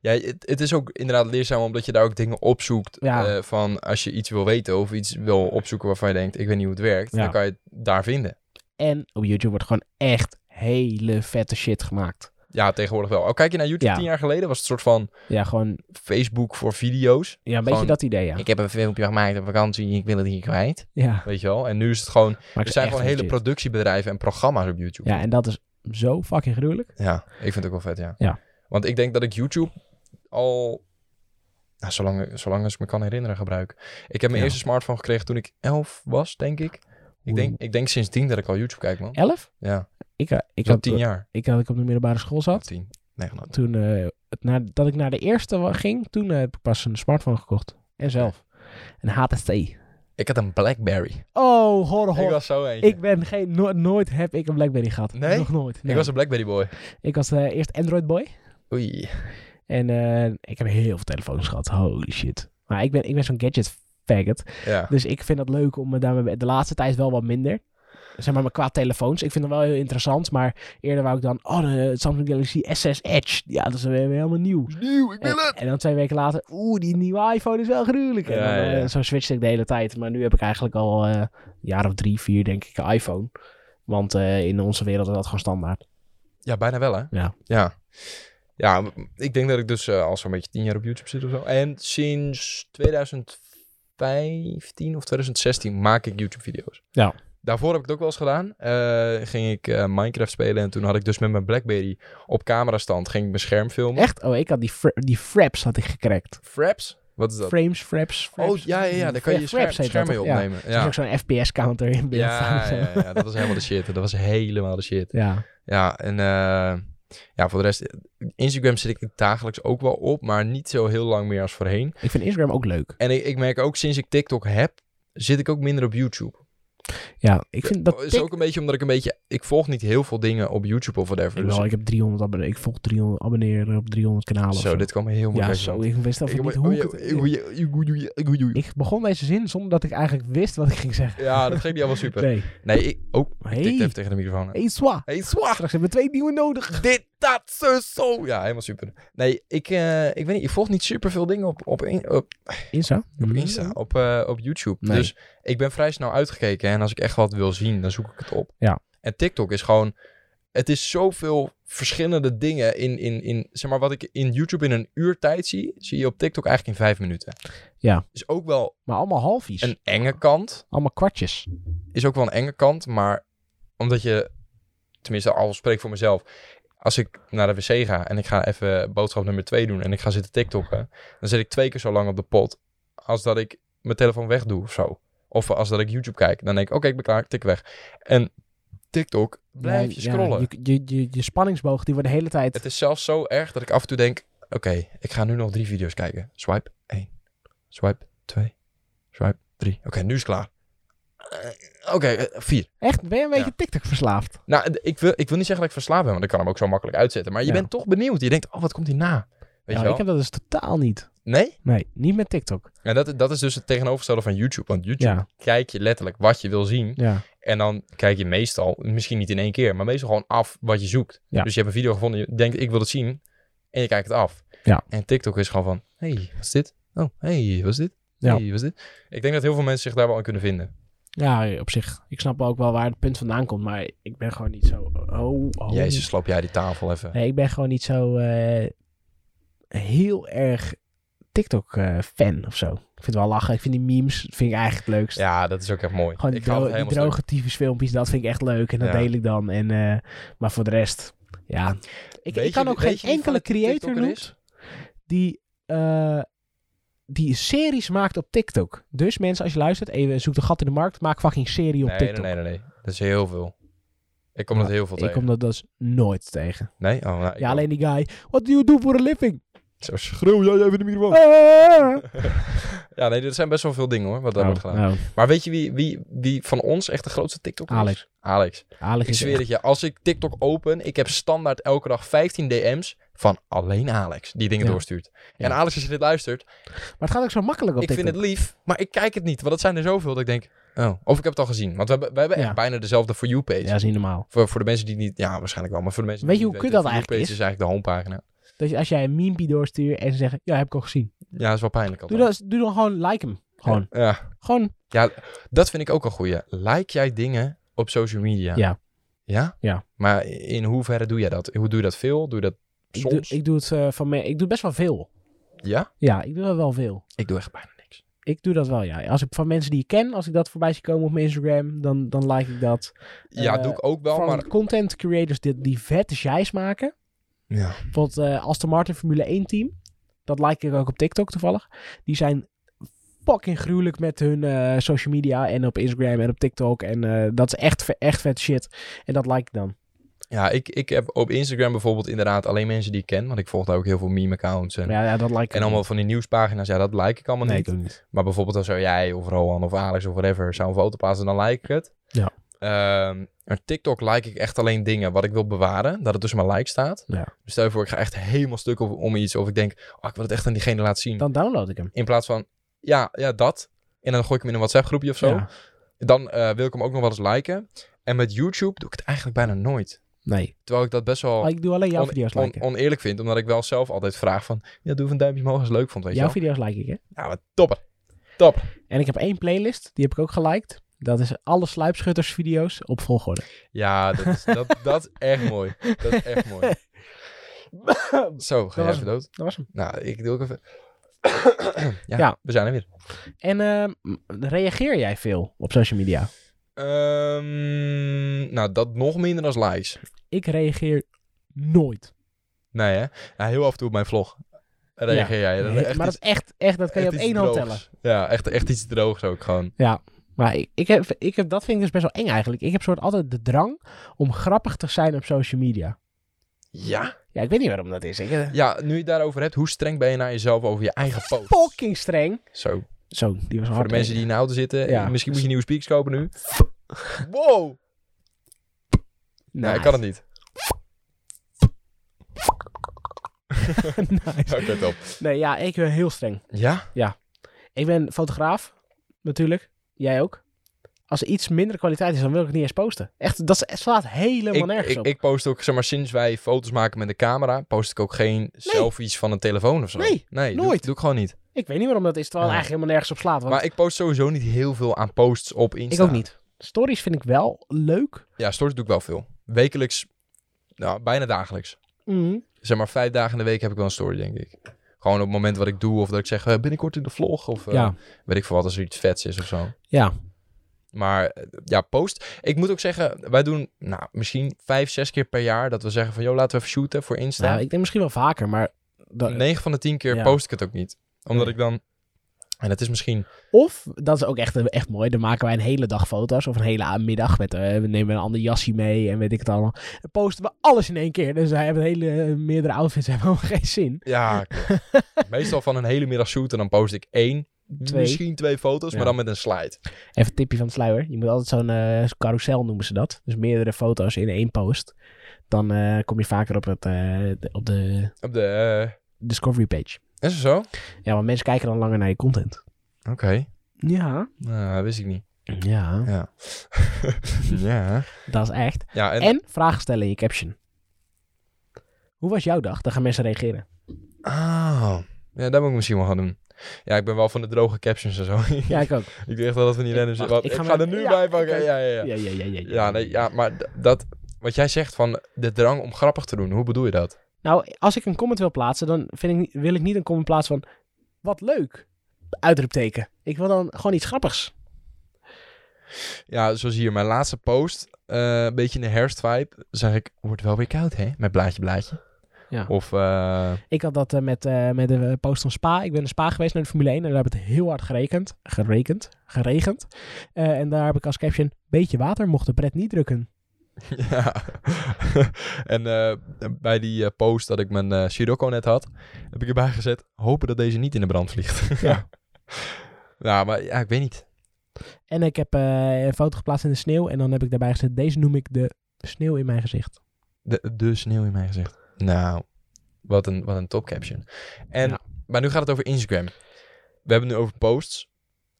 Speaker 1: Ja, het, het is ook inderdaad leerzaam omdat je daar ook dingen opzoekt.
Speaker 2: Ja.
Speaker 1: eh, van als je iets wil weten of iets wil opzoeken waarvan je denkt, ik weet niet hoe het werkt.
Speaker 2: Ja.
Speaker 1: Dan kan je het daar vinden.
Speaker 2: En op YouTube wordt gewoon echt hele vette shit gemaakt.
Speaker 1: Ja, tegenwoordig wel. Al kijk je naar YouTube
Speaker 2: Ja.
Speaker 1: tien jaar geleden, was het een soort van
Speaker 2: Ja, gewoon...
Speaker 1: Facebook voor video's.
Speaker 2: Ja, een beetje
Speaker 1: Gewoon-
Speaker 2: dat idee, ja.
Speaker 1: heb een filmpje gemaakt op vakantie, ik wil het hier kwijt.
Speaker 2: ja.
Speaker 1: Weet je wel? En nu is het gewoon,
Speaker 2: Maar
Speaker 1: er zijn Dus gewoon hele
Speaker 2: producten.
Speaker 1: productiebedrijven en programma's op YouTube.
Speaker 2: Ja, en dat is zo fucking gruwelijk.
Speaker 1: Ja, ik vind het ook wel vet, ja.
Speaker 2: Ja.
Speaker 1: Want ik denk dat ik YouTube al, nou, zolang, zolang als ik me kan herinneren, gebruik. Ik heb mijn
Speaker 2: Ja.
Speaker 1: eerste smartphone gekregen toen ik 11 was, denk ik. Ik denk, ik denk sinds 10 dat ik al YouTube kijk, man.
Speaker 2: Elf?
Speaker 1: Ja,
Speaker 2: Ik, eh, ik,
Speaker 1: zo'n
Speaker 2: had,
Speaker 1: 10 jaar.
Speaker 2: ik had ik op de middelbare school zat.
Speaker 1: 10. Nee, van dat.
Speaker 2: Toen eh, het na, dat ik naar de eerste wa- ging, toen eh, heb ik pas een smartphone gekocht. En zelf. Een HTC.
Speaker 1: Ik had een Blackberry.
Speaker 2: Oh, horror,
Speaker 1: Ik
Speaker 2: horror.
Speaker 1: was zo eentje.
Speaker 2: Ik ben geen, no- nooit heb ik een Blackberry gehad.
Speaker 1: Nee?
Speaker 2: Nog nooit.
Speaker 1: Ik
Speaker 2: Nee.
Speaker 1: was een Blackberry boy.
Speaker 2: ik was eh, eerst Android boy.
Speaker 1: Oei.
Speaker 2: En eh, ik heb heel veel telefoons gehad. Holy shit. Maar ik ben, ik ben zo'n gadget faggot.
Speaker 1: Ja.
Speaker 2: Dus ik vind dat leuk om me daarmee... De laatste tijd wel wat minder. Zeg maar, maar qua telefoons. Ik vind dat wel heel interessant. Maar eerder wou ik dan... Oh, de Samsung Galaxy S6 Edge. Ja, dat is weer weer helemaal nieuw.
Speaker 1: Nieuw, ik
Speaker 2: En, Eh, en dan twee weken later... Oeh, die nieuwe iPhone is wel gruwelijk. En
Speaker 1: Ja,
Speaker 2: dan, eh,
Speaker 1: ja, ja.
Speaker 2: zo switchte ik de hele tijd. Maar nu heb ik eigenlijk al eh, een jaar of drie, vier denk ik een iPhone. Want eh, in onze wereld is dat gewoon standaard.
Speaker 1: Ja, bijna wel, hè?
Speaker 2: Ja.
Speaker 1: Ja. Ja, m- ik denk dat ik dus eh, al zo'n beetje tien jaar op YouTube zit of zo. En sinds 2015 of 2016 maak ik YouTube-video's.
Speaker 2: Ja.
Speaker 1: Daarvoor heb ik het ook wel eens gedaan. Eh, ging ik eh, Minecraft spelen en toen had ik dus met mijn Blackberry op camerastand ging ik mijn scherm filmen.
Speaker 2: Echt? Oh, ik had die, fra- die fraps had ik gecrackt.
Speaker 1: Fraps? Wat is dat?
Speaker 2: Frames, fraps, fraps.
Speaker 1: Oh, ja, ja, ja. Daar kan je je scherm,
Speaker 2: Fraps heet
Speaker 1: scherm
Speaker 2: dat,
Speaker 1: mee
Speaker 2: ja.
Speaker 1: opnemen.
Speaker 2: Er
Speaker 1: Ja.
Speaker 2: is ook zo'n FPS-counter in beeld.
Speaker 1: Ja, ja, ja, dat was helemaal de shit. Dat was helemaal de shit.
Speaker 2: Ja.
Speaker 1: Ja, en eh, ja, voor de rest, Instagram zit ik dagelijks ook wel op, maar niet zo heel lang meer als voorheen.
Speaker 2: ik vind Instagram ook leuk.
Speaker 1: En ik, ik merk ook sinds ik TikTok heb, zit ik ook minder op YouTube.
Speaker 2: Ja, ik vind dat...
Speaker 1: is
Speaker 2: tik-
Speaker 1: ook een beetje omdat ik een beetje, ik volg niet heel veel dingen op YouTube of whatever.
Speaker 2: ik,
Speaker 1: Dus
Speaker 2: wel, ik heb 300 abonnee- Ik volg 300 abonneren op 300 kanalen.
Speaker 1: zo,
Speaker 2: of zo,
Speaker 1: dit kwam heel mooi.
Speaker 2: Ja,
Speaker 1: uit,
Speaker 2: zo.
Speaker 1: man.
Speaker 2: Ik wist
Speaker 1: Ik-
Speaker 2: even niet
Speaker 1: oh,
Speaker 2: hoe
Speaker 1: ja,
Speaker 2: ik het...
Speaker 1: ik- ik- ik- ik- ik- ik- ik-
Speaker 2: Ik begon deze zin zonder dat ik eigenlijk wist wat ik ging zeggen.
Speaker 1: Ja, dat ging niet allemaal super.
Speaker 2: Nee.
Speaker 1: Nee, ik ook. Ik tikte
Speaker 2: Hey,
Speaker 1: even tegen de microfoon. aan.
Speaker 2: hey, Swa.
Speaker 1: Hey, zwaar.
Speaker 2: Straks hebben we twee nieuwe nodig.
Speaker 1: Dit, dat, zo, zo. Ja, helemaal super. Nee, ik, eh, ik weet niet. Ik volg niet super veel dingen op, op, in- op
Speaker 2: Insta?
Speaker 1: op Insta, op, eh, op YouTube.
Speaker 2: Nee.
Speaker 1: Dus ik ben vrij snel uitgekeken. En als ik echt wat wil zien, dan zoek ik het op.
Speaker 2: Ja.
Speaker 1: En TikTok is gewoon... Het is zoveel verschillende dingen in, in, in, zeg maar, wat ik in YouTube in een uur tijd zie, zie je op TikTok eigenlijk in vijf minuten.
Speaker 2: Ja.
Speaker 1: Is ook wel
Speaker 2: Maar allemaal halfjes.
Speaker 1: een enge kant.
Speaker 2: Allemaal kwartjes.
Speaker 1: Is ook wel een enge kant, maar omdat je, tenminste al spreek voor mezelf, als ik naar de wc ga en ik ga even boodschap nummer twee doen en ik ga zitten TikTokken, dan zit ik twee keer zo lang op de pot als dat ik mijn telefoon wegdoe of zo. Of als dat ik YouTube kijk, dan denk ik, oké, ik ben klaar, ik tik weg. En TikTok blijf je
Speaker 2: Ja, ja,
Speaker 1: scrollen.
Speaker 2: je, je, je, je spanningsboog die wordt de hele tijd...
Speaker 1: Het is zelfs zo erg dat ik af en toe denk: oké, ik ga nu nog drie video's kijken. Swipe 1, swipe 2, swipe 3. Oké, nu is het klaar. Eh, oké, eh, vier.
Speaker 2: Echt, ben je een beetje TikTok verslaafd?
Speaker 1: Nou, d- ik wil, ik wil niet zeggen dat ik verslaafd ben, want ik kan hem ook zo makkelijk uitzetten. Maar je
Speaker 2: Ja.
Speaker 1: bent toch benieuwd. Je denkt: oh, wat komt hierna? Weet
Speaker 2: Nou,
Speaker 1: je wel?
Speaker 2: ik heb dat dus totaal niet.
Speaker 1: Nee?
Speaker 2: Nee, niet met TikTok.
Speaker 1: En dat, dat is dus het tegenovergestelde van YouTube. Want YouTube
Speaker 2: Ja,
Speaker 1: kijk je letterlijk wat je wil zien.
Speaker 2: ja.
Speaker 1: En dan kijk je meestal, misschien niet in één keer, maar meestal gewoon af wat je zoekt.
Speaker 2: Ja.
Speaker 1: Dus je hebt een video gevonden, je denkt ik wil het zien en je kijkt het af.
Speaker 2: Ja.
Speaker 1: En TikTok is gewoon van, hey, wat is dit? Oh, hey, wat is dit?
Speaker 2: Ja.
Speaker 1: Hey, wat is dit? Ik denk dat heel veel mensen zich daar wel aan kunnen vinden.
Speaker 2: Ja, op zich. Ik snap ook wel waar het punt vandaan komt, maar ik ben gewoon niet zo... Oh, oh.
Speaker 1: Jezus, sloop jij die tafel even.
Speaker 2: Nee, ik ben gewoon niet zo eh, heel erg TikTok-fan of zo. Ik vind het wel lachen. Ik vind die memes vind ik eigenlijk het leukst.
Speaker 1: Ja, dat is ook echt mooi.
Speaker 2: Gewoon die,
Speaker 1: ik ga
Speaker 2: dro-
Speaker 1: het
Speaker 2: die
Speaker 1: helemaal stuk.
Speaker 2: droge tyfus filmpjes, dat vind ik echt leuk. En dat
Speaker 1: Ja.
Speaker 2: deel ik dan. En, eh, maar voor de rest, ja. Ik,
Speaker 1: Weet
Speaker 2: ik kan
Speaker 1: je-
Speaker 2: ook
Speaker 1: weet
Speaker 2: geen
Speaker 1: je wie van
Speaker 2: enkele
Speaker 1: de
Speaker 2: creator
Speaker 1: TikTokker
Speaker 2: noemen
Speaker 1: is?
Speaker 2: die, eh, die series maakt op TikTok. Dus mensen, als je luistert, even zoek de gat in de markt. Maak fucking serie op
Speaker 1: Nee, nee,
Speaker 2: TikTok.
Speaker 1: nee, nee, nee. Dat is heel veel. Ik kom
Speaker 2: Ja,
Speaker 1: dat heel veel
Speaker 2: Ik
Speaker 1: tegen.
Speaker 2: kom dat dus nooit tegen.
Speaker 1: Nee? Oh, nou, ik
Speaker 2: ja,
Speaker 1: ook.
Speaker 2: alleen die guy. What do you do for a living?
Speaker 1: Zo schreeuw jij even de microfoon.
Speaker 2: Ah.
Speaker 1: ja, nee, er zijn best wel veel dingen hoor, wat daar
Speaker 2: Oh,
Speaker 1: wordt gedaan. Dus
Speaker 2: nou,
Speaker 1: Maar weet je wie, wie, wie van ons echt de grootste TikTok is?
Speaker 2: Alex.
Speaker 1: Alex.
Speaker 2: Alex
Speaker 1: Ik
Speaker 2: is
Speaker 1: zweer het je, als ik TikTok open, ik heb standaard elke dag 15 DM's van alleen Alex die dingen
Speaker 2: Ja.
Speaker 1: doorstuurt.
Speaker 2: Ja.
Speaker 1: En Alex, als je dit luistert,
Speaker 2: Maar het gaat ook zo makkelijk op
Speaker 1: ik
Speaker 2: TikTok.
Speaker 1: vind het lief, maar ik kijk het niet, want het zijn er zoveel dat ik denk, oh, of ik heb het al gezien. Want we hebben, we hebben
Speaker 2: Ja.
Speaker 1: echt bijna dezelfde For You page.
Speaker 2: Ja, dat is niet normaal.
Speaker 1: Voor, voor de mensen die niet, ja, waarschijnlijk wel, maar voor de mensen
Speaker 2: Weet
Speaker 1: die
Speaker 2: je
Speaker 1: niet
Speaker 2: hoe kut
Speaker 1: weten, For
Speaker 2: dat
Speaker 1: You
Speaker 2: eigenlijk
Speaker 1: page is eigenlijk de homepagina.
Speaker 2: Dat je, Dus als jij een meme doorstuurt en ze zeggen, ja, heb ik al gezien.
Speaker 1: Ja, dat is wel pijnlijk
Speaker 2: Doe,
Speaker 1: altijd.
Speaker 2: dat, doe dan gewoon like hem. Gewoon.
Speaker 1: Ja,
Speaker 2: Gewoon.
Speaker 1: dat vind ik ook een goeie. Like jij dingen op social media?
Speaker 2: Ja.
Speaker 1: Ja?
Speaker 2: Ja.
Speaker 1: Maar in hoeverre doe jij dat? Hoe doe je dat veel? Doe je dat
Speaker 2: Ik doe,
Speaker 1: soms?
Speaker 2: ik doe het eh, van me, ik doe best wel veel.
Speaker 1: Ja?
Speaker 2: Ja, ik doe dat wel veel.
Speaker 1: Ik doe echt bijna niks.
Speaker 2: Ik doe dat wel, ja. Als ik van mensen die ik ken, als ik dat voorbij zie komen op mijn Instagram, dan, dan like ik dat.
Speaker 1: Ja,
Speaker 2: Eh,
Speaker 1: doe ik ook wel,
Speaker 2: Van
Speaker 1: maar...
Speaker 2: content creators die, die vette shijs maken.
Speaker 1: Ja.
Speaker 2: Bijvoorbeeld eh Aston Martin Formule 1 team. Dat like ik ook op TikTok toevallig. Die zijn fucking gruwelijk met hun eh, social media en op Instagram en op TikTok. En eh, dat is echt, ve- echt vet shit. En dat like ik dan.
Speaker 1: Ja, ik, ik heb op Instagram bijvoorbeeld inderdaad alleen mensen die ik ken. Want ik volg daar ook heel veel meme-accounts en,
Speaker 2: Maar ja, ja, dat like ik
Speaker 1: en allemaal van die nieuwspagina's. Ja, dat like ik allemaal
Speaker 2: Nee, ik
Speaker 1: niet.
Speaker 2: doe niet.
Speaker 1: Maar bijvoorbeeld als zou jij of Rohan of Alex of whatever zou een foto plaatsen, dan like ik het.
Speaker 2: Ja.
Speaker 1: Ehm, maar TikTok like ik echt alleen dingen wat ik wil bewaren. Dat het tussen mijn like staat.
Speaker 2: Ja.
Speaker 1: Dus stel je voor, ik ga echt helemaal stuk om, om iets. Of ik denk, oh, ik wil het echt aan diegene laten zien.
Speaker 2: Dan download ik hem.
Speaker 1: In plaats van, ja, ja, dat. En dan gooi ik hem in een WhatsApp groepje of zo.
Speaker 2: Ja.
Speaker 1: Dan eh, wil ik hem ook nog wel eens liken. En met YouTube doe ik het eigenlijk bijna nooit.
Speaker 2: Nee.
Speaker 1: Terwijl ik dat best wel
Speaker 2: Maar ik doe alleen jouw
Speaker 1: on-
Speaker 2: video's
Speaker 1: on-
Speaker 2: liken.
Speaker 1: oneerlijk vind. Omdat ik wel zelf altijd vraag van... Ja, doe even een duimpje omhoog als je het leuk vond, weet
Speaker 2: jouw
Speaker 1: je
Speaker 2: video's like ik, hè.
Speaker 1: wel. Ja, wat topper. Topper.
Speaker 2: En ik heb één playlist. Die heb ik ook geliked. Dat is alle sluipschutters video's op volgorde.
Speaker 1: Ja, dat is, dat, dat is echt mooi. Dat is echt
Speaker 2: [LAUGHS]
Speaker 1: mooi. Zo, ga
Speaker 2: was
Speaker 1: je
Speaker 2: hem.
Speaker 1: even dood?
Speaker 2: Dat was hem.
Speaker 1: Nou, ik doe ook
Speaker 2: [COUGHS]
Speaker 1: even... ja,
Speaker 2: Ja.
Speaker 1: we zijn er weer.
Speaker 2: En ehm, reageer jij veel op social media?
Speaker 1: Ehm, nou, dat nog minder dan likes.
Speaker 2: Ik reageer nooit.
Speaker 1: Nee, hè? Ja, heel af en toe op mijn vlog. Reageer jij. Dat is
Speaker 2: Nee,
Speaker 1: echt
Speaker 2: maar dat
Speaker 1: iets-
Speaker 2: is echt, echt, dat kan je op
Speaker 1: echt iets
Speaker 2: één hand tellen.
Speaker 1: droogs. Ja, echt, echt iets droogs ook gewoon.
Speaker 2: Maar ik, ik heb, ik heb, dat vind ik dus best wel eng eigenlijk. Ik heb soort altijd de drang om grappig te zijn op social media.
Speaker 1: Ja.
Speaker 2: Ja, ik weet niet waarom dat is. Ik, eh,
Speaker 1: Ja, nu je het daarover hebt, hoe streng ben je naar jezelf over je eigen post?
Speaker 2: fucking streng.
Speaker 1: Zo.
Speaker 2: Zo, die was
Speaker 1: Voor
Speaker 2: hard.
Speaker 1: de mensen die in de auto zitten.
Speaker 2: Ja.
Speaker 1: Misschien moet je nieuwe speakers kopen nu. Wow!
Speaker 2: Nice.
Speaker 1: Nee, ik kan het niet.
Speaker 2: [LAUGHS] Nice.
Speaker 1: Oké, top.
Speaker 2: Nee, ja, ik ben heel streng.
Speaker 1: Ja?
Speaker 2: Ik ben fotograaf, natuurlijk. Jij ook. Als er iets minder kwaliteit is, dan wil ik het niet eens posten. Echt, dat slaat helemaal
Speaker 1: Ik,
Speaker 2: nergens
Speaker 1: ik,
Speaker 2: op.
Speaker 1: ik post ook, zeg maar, sinds wij foto's maken met de camera, post ik ook geen selfies van een telefoon of zo.
Speaker 2: Nee,
Speaker 1: doe-
Speaker 2: nooit.
Speaker 1: Doe ik gewoon niet.
Speaker 2: Ik weet niet waarom dat is, terwijl het
Speaker 1: Ja.
Speaker 2: eigenlijk helemaal nergens op slaat. Want
Speaker 1: Maar ik post sowieso niet heel veel aan posts op Insta.
Speaker 2: ik ook niet. Stories vind ik wel leuk.
Speaker 1: Ja, stories doe ik wel veel. Wekelijks nou, bijna dagelijks. Zeg maar vijf dagen in de week heb ik wel een story, denk ik. Gewoon op het moment wat ik doe of dat ik zeg eh, binnenkort in de vlog of eh,
Speaker 2: Ja.
Speaker 1: weet ik veel wat als er iets vets is of zo.
Speaker 2: Ja.
Speaker 1: Maar eh, ja, post. Ik moet ook zeggen, wij doen nou, misschien vijf, zes keer per jaar dat we zeggen van joh, laten we even shooten voor Insta.
Speaker 2: Nou, ik denk misschien wel vaker, maar... dat-
Speaker 1: 9 van de 10 keer
Speaker 2: Ja.
Speaker 1: post ik het ook niet. Omdat
Speaker 2: Nee.
Speaker 1: ik dan. En het is misschien.
Speaker 2: Of, dat is ook echt, echt mooi, dan maken wij een hele dag foto's of een hele a- middag. Met, eh, we nemen een ander jasje mee en weet ik het allemaal. Dan posten we alles in één keer. Dus wij hebben hele eh, meerdere outfits [LAUGHS] hebben helemaal geen zin. [LAUGHS]
Speaker 1: Ja, klopt. meestal van een hele middag shooten. Dan post ik één,
Speaker 2: Twee.
Speaker 1: misschien twee foto's,
Speaker 2: Ja.
Speaker 1: maar dan met een slide.
Speaker 2: Even een tipje van het sluier. Je moet altijd zo'n eh carousel noemen ze dat. Dus meerdere foto's in één post. Dan eh, kom je vaker op, het, eh, de- op de
Speaker 1: Op de. eh,
Speaker 2: discovery page.
Speaker 1: is het zo? Oké.
Speaker 2: Ja, want mensen kijken dan langer naar je content. Ja.
Speaker 1: Nou, wist ik niet.
Speaker 2: Ja, [LAUGHS]
Speaker 1: Ja. ja.
Speaker 2: dat is echt.
Speaker 1: Ja, en,
Speaker 2: En vragen stellen in je caption. Hoe was jouw dag? Dan gaan mensen reageren.
Speaker 1: Ah. Ja, dat moet ik misschien wel gaan doen. Ja, ik ben wel van de droge captions en zo. [LAUGHS]
Speaker 2: Ja, ik ook.
Speaker 1: ik weet echt wel dat we niet rennen.
Speaker 2: wacht,
Speaker 1: Wat,
Speaker 2: ik
Speaker 1: ik
Speaker 2: ga
Speaker 1: ga,
Speaker 2: maar-
Speaker 1: er nu
Speaker 2: ja,
Speaker 1: bij pakken.
Speaker 2: oké.
Speaker 1: Ja, ja, ja.
Speaker 2: Ja, ja, ja, ja.
Speaker 1: Ja, nee, ja maar d- dat. Wat jij zegt van de drang om grappig te doen, hoe bedoel je dat?
Speaker 2: Nou, als ik een comment wil plaatsen, dan vind ik, niet- wil ik niet een comment plaatsen van... Wat leuk! Uitroepteken. Ik wil dan gewoon iets grappigs.
Speaker 1: Ja, zoals hier, mijn laatste post, eh, een beetje in de herfstvibe, zeg ik, wordt wel weer koud, hè? Met blaadje, blaadje.
Speaker 2: Ja.
Speaker 1: Of, eh,
Speaker 2: Ik had dat eh, met, eh, met de post van Spa. Ik ben in Spa geweest naar de Formule 1 en daar heb ik het heel hard gerekend. Gerekend. Geregend. Eh, en daar heb ik als caption... Beetje water mocht de pret niet drukken.
Speaker 1: ja. [LAUGHS] en eh, bij die eh, post dat ik mijn eh Sirocco net had, heb ik erbij gezet, hopen dat deze niet in de brand vliegt. [LAUGHS]
Speaker 2: Ja.
Speaker 1: ja, maar ja, ik weet niet.
Speaker 2: En ik heb eh, een foto geplaatst in de sneeuw. En dan heb ik daarbij gezet... Deze noem ik de sneeuw in mijn gezicht.
Speaker 1: De, de sneeuw in mijn gezicht. Nou, wat een, wat een top caption. En,
Speaker 2: Ja.
Speaker 1: Maar nu gaat het over Instagram. We hebben het nu over posts.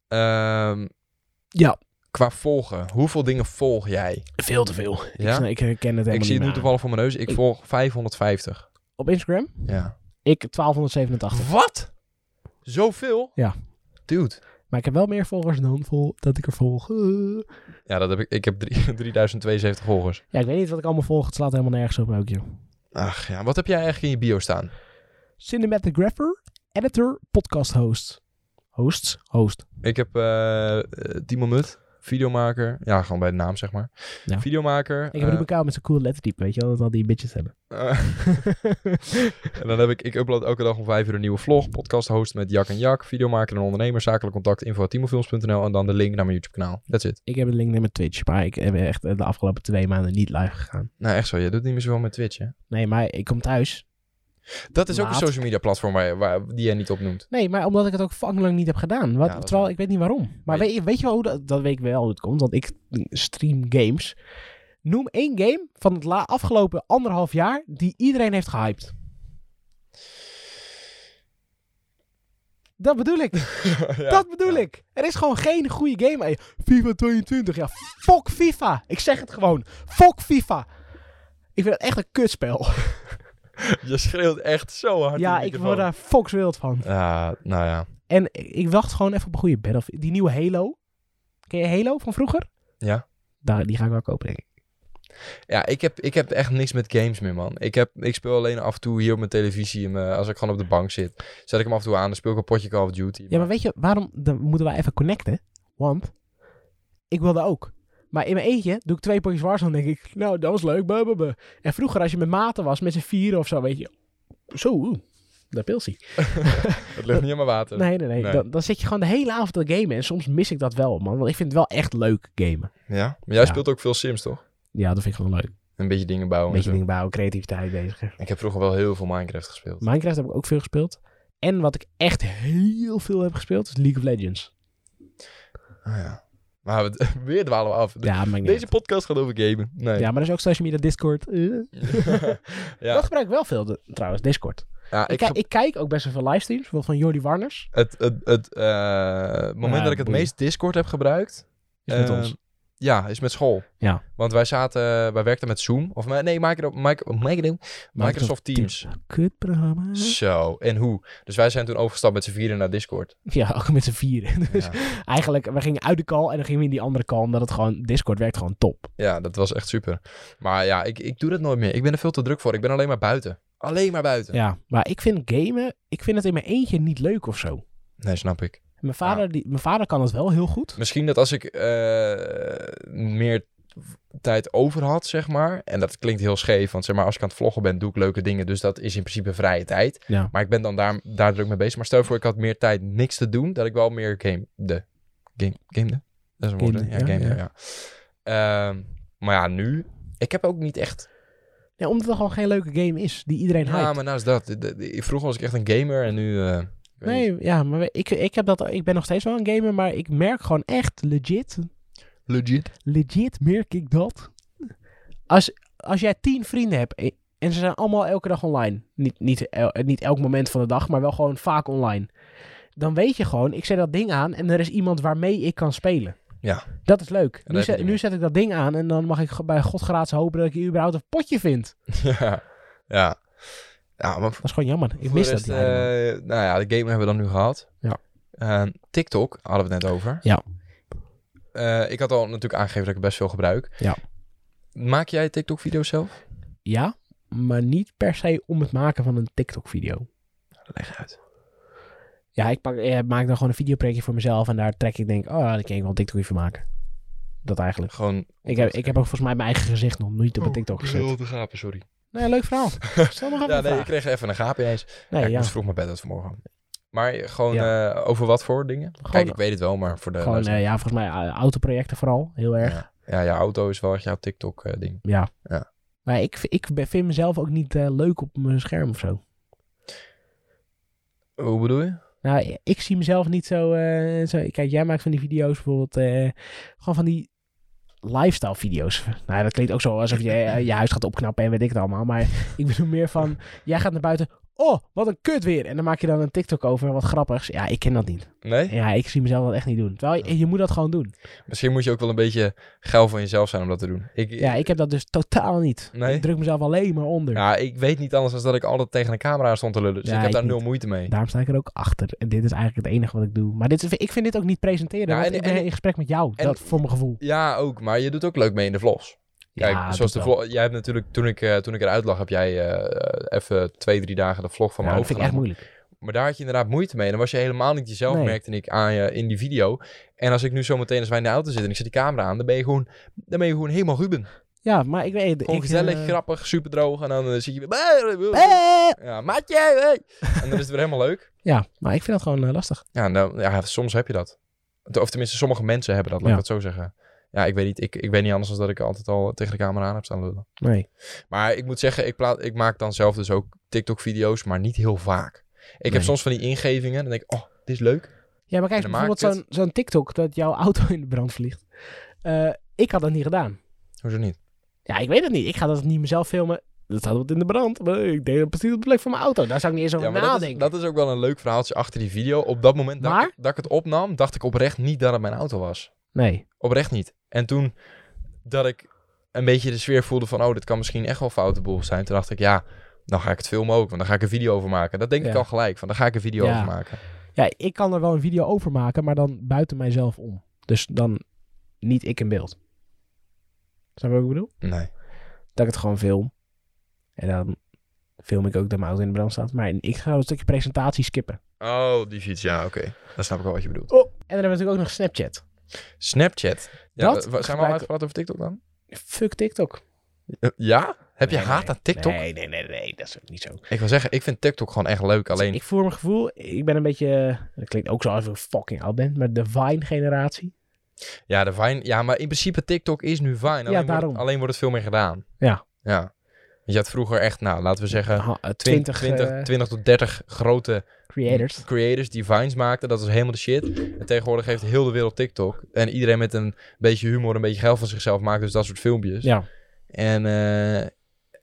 Speaker 1: Ehm,
Speaker 2: Ja.
Speaker 1: Qua volgen. Hoeveel dingen volg jij?
Speaker 2: Veel te veel.
Speaker 1: Ja?
Speaker 2: Ik, ik ken het
Speaker 1: Ik zie
Speaker 2: helemaal niet
Speaker 1: het nu
Speaker 2: meer.
Speaker 1: toevallig voor mijn neus. Ik
Speaker 2: Ik-
Speaker 1: volg 550.
Speaker 2: Op Instagram?
Speaker 1: Ja.
Speaker 2: Ik 1287.
Speaker 1: Wat? Zoveel?
Speaker 2: Ja.
Speaker 1: Dude.
Speaker 2: Maar ik heb wel meer volgers dan vol dat ik er volg. Eh.
Speaker 1: Ja, dat heb ik. Ik heb drie- [LAUGHS] 3072 volgers.
Speaker 2: Ja, ik weet niet wat ik allemaal volg. Het slaat helemaal nergens op ook, joh.
Speaker 1: Ach ja, wat heb jij eigenlijk in je bio staan?
Speaker 2: Cinematographer, editor, podcast host. Hosts? Host.
Speaker 1: Ik heb eh eh, Timo Mut, videomaker. Ja, gewoon bij de naam zeg maar.
Speaker 2: Ja.
Speaker 1: Videomaker.
Speaker 2: Ik heb
Speaker 1: eh,
Speaker 2: een account met zo'n cool lettertype, weet je wel? Dat al die bitches hebben.
Speaker 1: Eh, [LAUGHS] en dan heb ik, ik upload elke dag om vijf uur een nieuwe vlog, podcast host met Jak en Jak, videomaker en ondernemer, zakelijk contact, info timofilms.nl en dan de link naar mijn YouTube kanaal. That's it.
Speaker 2: ik heb een link naar mijn Twitch, maar ik ben echt de afgelopen twee maanden niet live gegaan.
Speaker 1: Nou echt zo, je doet niet meer zoveel met Twitch hè?
Speaker 2: Nee, maar ik kom thuis.
Speaker 1: Dat is ook
Speaker 2: Laat.
Speaker 1: een social media platform waar, waar, die jij niet op
Speaker 2: [LAUGHS]
Speaker 1: noemt.
Speaker 2: Nee, maar omdat ik het ook fucking lang niet heb gedaan. Wat,
Speaker 1: Ja, dat is
Speaker 2: terwijl
Speaker 1: waar.
Speaker 2: ik weet niet waarom. Maar
Speaker 1: Weet-
Speaker 2: weet, je- weet je wel hoe dat... Dat weet ik wel hoe het komt, want ik stream games. Noem één game van het la- afgelopen anderhalf jaar die iedereen heeft gehyped. Dat bedoel ik.
Speaker 1: Ja.
Speaker 2: dat bedoel
Speaker 1: ja.
Speaker 2: ik. Er is gewoon geen goede game. Hey, FIFA 22, ja. Fuck FIFA. Ik zeg het gewoon. Fuck FIFA. Ik vind het echt een kutspel.
Speaker 1: Je schreeuwt echt zo hard.
Speaker 2: ja,
Speaker 1: in de
Speaker 2: ik
Speaker 1: microfoon.
Speaker 2: word daar fox wild van.
Speaker 1: Ja, nou ja.
Speaker 2: En ik wacht gewoon even op een goede Battlefield. Die nieuwe Halo. Ken je Halo van vroeger?
Speaker 1: Ja.
Speaker 2: Daar, die ga ik wel kopen, denk ik.
Speaker 1: Ja, ik heb, ik heb echt niks met games meer, man. Ik, heb, ik speel alleen af en toe hier op mijn televisie, in mijn- als ik gewoon op de bank zit, zet ik hem af en toe aan, dan speel ik een potje Call of Duty.
Speaker 2: Ja, maar weet je, waarom dan moeten wij even connecten? Want ik wilde ook. Maar in mijn eentje doe ik twee potjes Warzone en denk ik... Nou, dat was leuk, buh, buh, buh. En vroeger als je met maten was, met z'n vieren of zo, weet je... Zo, oeh, daar pils hij.
Speaker 1: Het ligt niet aan mijn water.
Speaker 2: Nee, nee, nee.
Speaker 1: Nee.
Speaker 2: Dan, dan zit je gewoon de hele avond te gamen. En soms mis ik dat wel, man. Want ik vind het wel echt leuk, gamen.
Speaker 1: Ja? Maar jij
Speaker 2: Ja.
Speaker 1: speelt ook veel Sims, toch?
Speaker 2: Ja, dat vind ik gewoon leuk.
Speaker 1: Een beetje dingen bouwen.
Speaker 2: Een
Speaker 1: en
Speaker 2: beetje
Speaker 1: zo.
Speaker 2: dingen bouwen, creativiteit bezig.
Speaker 1: Ik heb vroeger wel heel veel Minecraft gespeeld.
Speaker 2: Minecraft heb ik ook veel gespeeld. En wat ik echt heel veel heb gespeeld, is League of Legends.
Speaker 1: Ah, ja. Maar we, [LAUGHS] weer dwalen we af. De-
Speaker 2: Ja, maar,
Speaker 1: Deze podcast gaat over gamen. Nee.
Speaker 2: ja, maar dat is ook social media, Discord. eh. Dat
Speaker 1: ja.
Speaker 2: gebruik ik wel veel, de- trouwens,
Speaker 1: [LAUGHS]
Speaker 2: Discord.
Speaker 1: ja,
Speaker 2: Ik,
Speaker 1: ik
Speaker 2: kijk-
Speaker 1: ge-
Speaker 2: ik kijk ook best wel veel livestreams, bijvoorbeeld van Jordi Warners.
Speaker 1: het, het, het eh, moment
Speaker 2: Ja,
Speaker 1: dat ik het
Speaker 2: boeien.
Speaker 1: meest Discord heb gebruikt...
Speaker 2: Is met
Speaker 1: eh,
Speaker 2: ons.
Speaker 1: Ja, is met school.
Speaker 2: Ja.
Speaker 1: Want wij zaten, eh, wij werkten met Zoom. Of me- nee, Micro, Micro, Micro- Microsoft Teams.
Speaker 2: Kutprogramma.
Speaker 1: Zo, en hoe? Dus wij zijn toen overgestapt met z'n vieren naar Discord.
Speaker 2: Ja, ook met z'n vieren. Dus
Speaker 1: Ja,
Speaker 2: eigenlijk, we gingen uit de call en dan gingen we in die andere call. Omdat het gewoon, Discord werkt gewoon top.
Speaker 1: ja, dat was echt super. Maar ja, ik, ik doe dat nooit meer. Ik ben er veel te druk voor. Ik ben alleen maar buiten. Alleen maar buiten.
Speaker 2: Ja, maar ik vind gamen, ik vind het in mijn eentje niet leuk of zo.
Speaker 1: Nee, snap ik.
Speaker 2: Mijn vader, die, mijn vader kan het wel heel goed.
Speaker 1: Misschien dat als ik eh, meer tijd over had, zeg maar. En dat klinkt heel scheef, want zeg maar, als ik aan het vloggen ben, doe ik leuke dingen. Dus dat is in principe vrije tijd.
Speaker 2: Ja.
Speaker 1: Maar ik ben dan daar, daar druk mee bezig. Maar stel voor, ik had meer tijd niks te doen, dat ik wel meer game de game gamede? Dat is een woord. hè?
Speaker 2: Gamede,
Speaker 1: Ja,
Speaker 2: ja,
Speaker 1: game ja. Ehm, maar ja, nu. Ik heb ook niet echt.
Speaker 2: Ja, omdat het gewoon geen leuke game is die iedereen hypt.
Speaker 1: Ja, maar naast dat. de- de- de- vroeger was ik echt een gamer en nu. eh, ik weet niet.
Speaker 2: Nee, ja, maar ik, ik, heb dat, ik ben nog steeds wel een gamer, maar ik merk gewoon echt legit,
Speaker 1: Legit.
Speaker 2: legit merk ik dat. Als, als jij tien vrienden hebt e- en ze zijn allemaal elke dag online, niet, niet, el- eh, niet elk moment van de dag, maar wel gewoon vaak online. Dan weet je gewoon, ik zet dat ding aan en er is iemand waarmee ik kan spelen.
Speaker 1: Ja.
Speaker 2: Dat is leuk.
Speaker 1: dat heb
Speaker 2: Nu,
Speaker 1: je
Speaker 2: zet,
Speaker 1: niet
Speaker 2: nu
Speaker 1: meer.
Speaker 2: zet ik dat ding aan en dan mag ik ge- bij godgratie hopen dat ik überhaupt een potje vind.
Speaker 1: [LAUGHS] ja. Ja. Ja, maar
Speaker 2: Dat is gewoon jammer. Ik
Speaker 1: Voor
Speaker 2: mis
Speaker 1: de
Speaker 2: dat.
Speaker 1: rest,
Speaker 2: niet helemaal.
Speaker 1: eh, nou ja, de gamer hebben we dan nu gehad.
Speaker 2: Ja.
Speaker 1: Ehm, TikTok hadden we het net over.
Speaker 2: Ja.
Speaker 1: Eh, ik had al natuurlijk aangegeven dat ik het best veel gebruik.
Speaker 2: Ja.
Speaker 1: Maak jij TikTok-video's zelf?
Speaker 2: Ja, maar niet per se om het maken van een TikTok-video.
Speaker 1: Leg uit.
Speaker 2: Ja, ik pak, eh, maak dan gewoon een videoprojectje voor mezelf en daar trek ik denk, oh, daar kan ik wel een TikTok van maken. Dat eigenlijk.
Speaker 1: Gewoon.
Speaker 2: Ik heb, ik heb ook volgens mij mijn eigen gezicht nog niet op een TikTok
Speaker 1: Oh.
Speaker 2: gezet.
Speaker 1: te gapen, sorry.
Speaker 2: Nee, leuk
Speaker 1: [LAUGHS]
Speaker 2: verhaal. Stel nog even
Speaker 1: Ja,
Speaker 2: een
Speaker 1: nee, ik
Speaker 2: vraag.
Speaker 1: kreeg even een gaap ineens. [LAUGHS] Ja,
Speaker 2: Nee,
Speaker 1: ik
Speaker 2: ja.
Speaker 1: moest vroeg mijn bed uit vanmorgen. Maar gewoon eh, over wat voor dingen? Kijk, ik weet het wel, maar voor de...
Speaker 2: Gewoon,
Speaker 1: luisteraar-
Speaker 2: eh, ja, volgens mij eh, autoprojecten vooral, heel erg.
Speaker 1: ja. ja, je auto is wel echt jouw eh, TikTok-ding.
Speaker 2: Ja.
Speaker 1: Ja.
Speaker 2: Maar ik, v- ik ben- vind mezelf ook niet eh, leuk op mijn scherm of zo.
Speaker 1: Hoe bedoel je?
Speaker 2: Nou, ik- ik zie mezelf niet zo, eh, zo... Kijk, jij maakt van die video's bijvoorbeeld... eh, gewoon van die lifestyle video's. Nou, ja, dat klinkt ook zo alsof je eh, je huis gaat opknappen en weet ik het allemaal. Maar ik bedoel meer van... Jij gaat naar buiten... Oh, wat een kut weer. En dan maak je dan een TikTok over, wat grappigs. Ja, ik ken dat niet.
Speaker 1: Nee?
Speaker 2: Ja, ik zie mezelf dat echt niet doen. Terwijl je, je moet dat gewoon doen.
Speaker 1: Misschien moet je ook wel een beetje geil van jezelf zijn om dat te doen. Ik,
Speaker 2: Ja, ik heb dat dus totaal niet.
Speaker 1: Nee?
Speaker 2: Ik druk mezelf alleen maar onder.
Speaker 1: Ja, ik weet niet anders dan dat ik altijd tegen een camera stond te lullen. Dus
Speaker 2: Ja,
Speaker 1: ik heb
Speaker 2: ik
Speaker 1: daar
Speaker 2: niet. Nou.
Speaker 1: nul moeite mee.
Speaker 2: Daarom sta ik er ook achter. En dit is eigenlijk het enige wat ik doe. Maar dit is, ik vind dit ook niet presenteren.
Speaker 1: Ja,
Speaker 2: want
Speaker 1: en-
Speaker 2: ik ben
Speaker 1: en-
Speaker 2: in gesprek met jou.
Speaker 1: en-
Speaker 2: dat voor mijn gevoel.
Speaker 1: Ja, ook. Maar je doet ook leuk mee in de vlogs. Kijk,
Speaker 2: Ja,
Speaker 1: zoals de
Speaker 2: dat wel.
Speaker 1: vlog. Jij hebt natuurlijk, toen ik, eh, toen ik eruit lag, heb jij eh, even twee, drie dagen de vlog van
Speaker 2: Ja,
Speaker 1: me
Speaker 2: dat vind ik echt
Speaker 1: overgenomen.
Speaker 2: moeilijk.
Speaker 1: Maar daar had je inderdaad moeite mee. En dan was je helemaal niet jezelf,
Speaker 2: Nee.
Speaker 1: merkte ik aan je in die video. En als ik nu zo meteen, als wij in de auto zitten en ik zet die camera aan, dan ben je gewoon, dan ben je gewoon helemaal Ruben.
Speaker 2: Ja, maar ik weet...
Speaker 1: Gewoon
Speaker 2: ik,
Speaker 1: gezellig,
Speaker 2: eh,
Speaker 1: grappig, super droog. En dan eh, zie je weer...
Speaker 2: eh.
Speaker 1: Ja, maatje! hey! En dan is het weer helemaal leuk.
Speaker 2: Ja, maar ik vind dat gewoon eh, lastig.
Speaker 1: Ja, nou, ja, soms heb je dat. Of tenminste, sommige mensen hebben dat, laat
Speaker 2: Ja.
Speaker 1: ik het zo zeggen. Ja, ik weet niet. Ik, ik weet niet anders dan dat ik altijd al tegen de camera aan heb staan lullen.
Speaker 2: Nee.
Speaker 1: Maar ik moet zeggen, ik, plaat, ik maak dan zelf dus ook TikTok-video's, maar niet heel vaak. Ik
Speaker 2: Nee.
Speaker 1: heb soms van die ingevingen, dan denk ik, oh, dit is leuk.
Speaker 2: Ja, maar kijk,
Speaker 1: En dan maakt
Speaker 2: bijvoorbeeld zo'n zo'n TikTok dat jouw [LAUGHS] auto in de brand vliegt. Eh, ik had dat niet gedaan.
Speaker 1: Hoezo niet?
Speaker 2: Ja, ik weet het niet. Ik ga dat niet mezelf filmen. Dat staat wat in de brand. Maar Ik deed dat precies op de plek van mijn auto. Daar zou ik niet eens over
Speaker 1: Ja, maar dat is,
Speaker 2: nadenken.
Speaker 1: dat is ook wel een leuk verhaaltje achter die video. Op dat moment dat,
Speaker 2: Maar?
Speaker 1: ik, dat ik het opnam, dacht ik oprecht niet dat het mijn auto was.
Speaker 2: Nee.
Speaker 1: Oprecht niet. En toen dat ik een beetje de sfeer voelde van... oh, dit kan misschien echt wel een foute boel zijn. Toen dacht ik, ja, dan ga ik het filmen ook. Want dan ga ik een video over maken. Dat denk ik
Speaker 2: Ja.
Speaker 1: al gelijk. Van, dan ga ik een video
Speaker 2: Ja.
Speaker 1: over maken.
Speaker 2: Ja, ik kan er wel een video over maken, maar dan buiten mijzelf om. Dus dan niet ik in beeld. Snap je wat ik bedoel?
Speaker 1: Nee.
Speaker 2: Dat ik het gewoon film. En dan film ik ook dat mijn auto in de brand staat. Maar ik ga een stukje presentatie skippen.
Speaker 1: Oh, die fiets. Ja, oké. Dan snap ik wel wat je bedoelt.
Speaker 2: Oh, en dan hebben we natuurlijk ook nog Snapchat.
Speaker 1: Snapchat. Ja,
Speaker 2: Dat
Speaker 1: wa- wa- zijn we
Speaker 2: gebruik-
Speaker 1: al uitgepraat over TikTok dan?
Speaker 2: Fuck TikTok.
Speaker 1: Eh, Ja? Heb je
Speaker 2: Nee,
Speaker 1: haat
Speaker 2: nee.
Speaker 1: aan TikTok?
Speaker 2: Nee, nee, nee, nee, dat is ook niet zo.
Speaker 1: Ik wil zeggen, ik vind TikTok gewoon echt leuk. Alleen,
Speaker 2: Dus Ik voer mijn gevoel, ik ben een beetje, dat klinkt ook zo als ik fucking oud ben, maar de Vine-generatie.
Speaker 1: ja, de Vine... Ja, maar in principe TikTok is nu Vine. Alleen, wordt,
Speaker 2: daarom.
Speaker 1: het, alleen wordt het veel meer gedaan.
Speaker 2: Ja.
Speaker 1: Ja. Want Je had vroeger echt, nou, laten we zeggen...
Speaker 2: Ha- eh,
Speaker 1: 20,
Speaker 2: 20,
Speaker 1: 20,
Speaker 2: eh,
Speaker 1: 20 tot 30 grote
Speaker 2: creators.
Speaker 1: creators die vines maakten. Dat was helemaal de shit. En tegenwoordig heeft heel de wereld TikTok. En iedereen met een beetje humor, een beetje geil van zichzelf maakt dus dat soort filmpjes.
Speaker 2: Ja,
Speaker 1: En eh,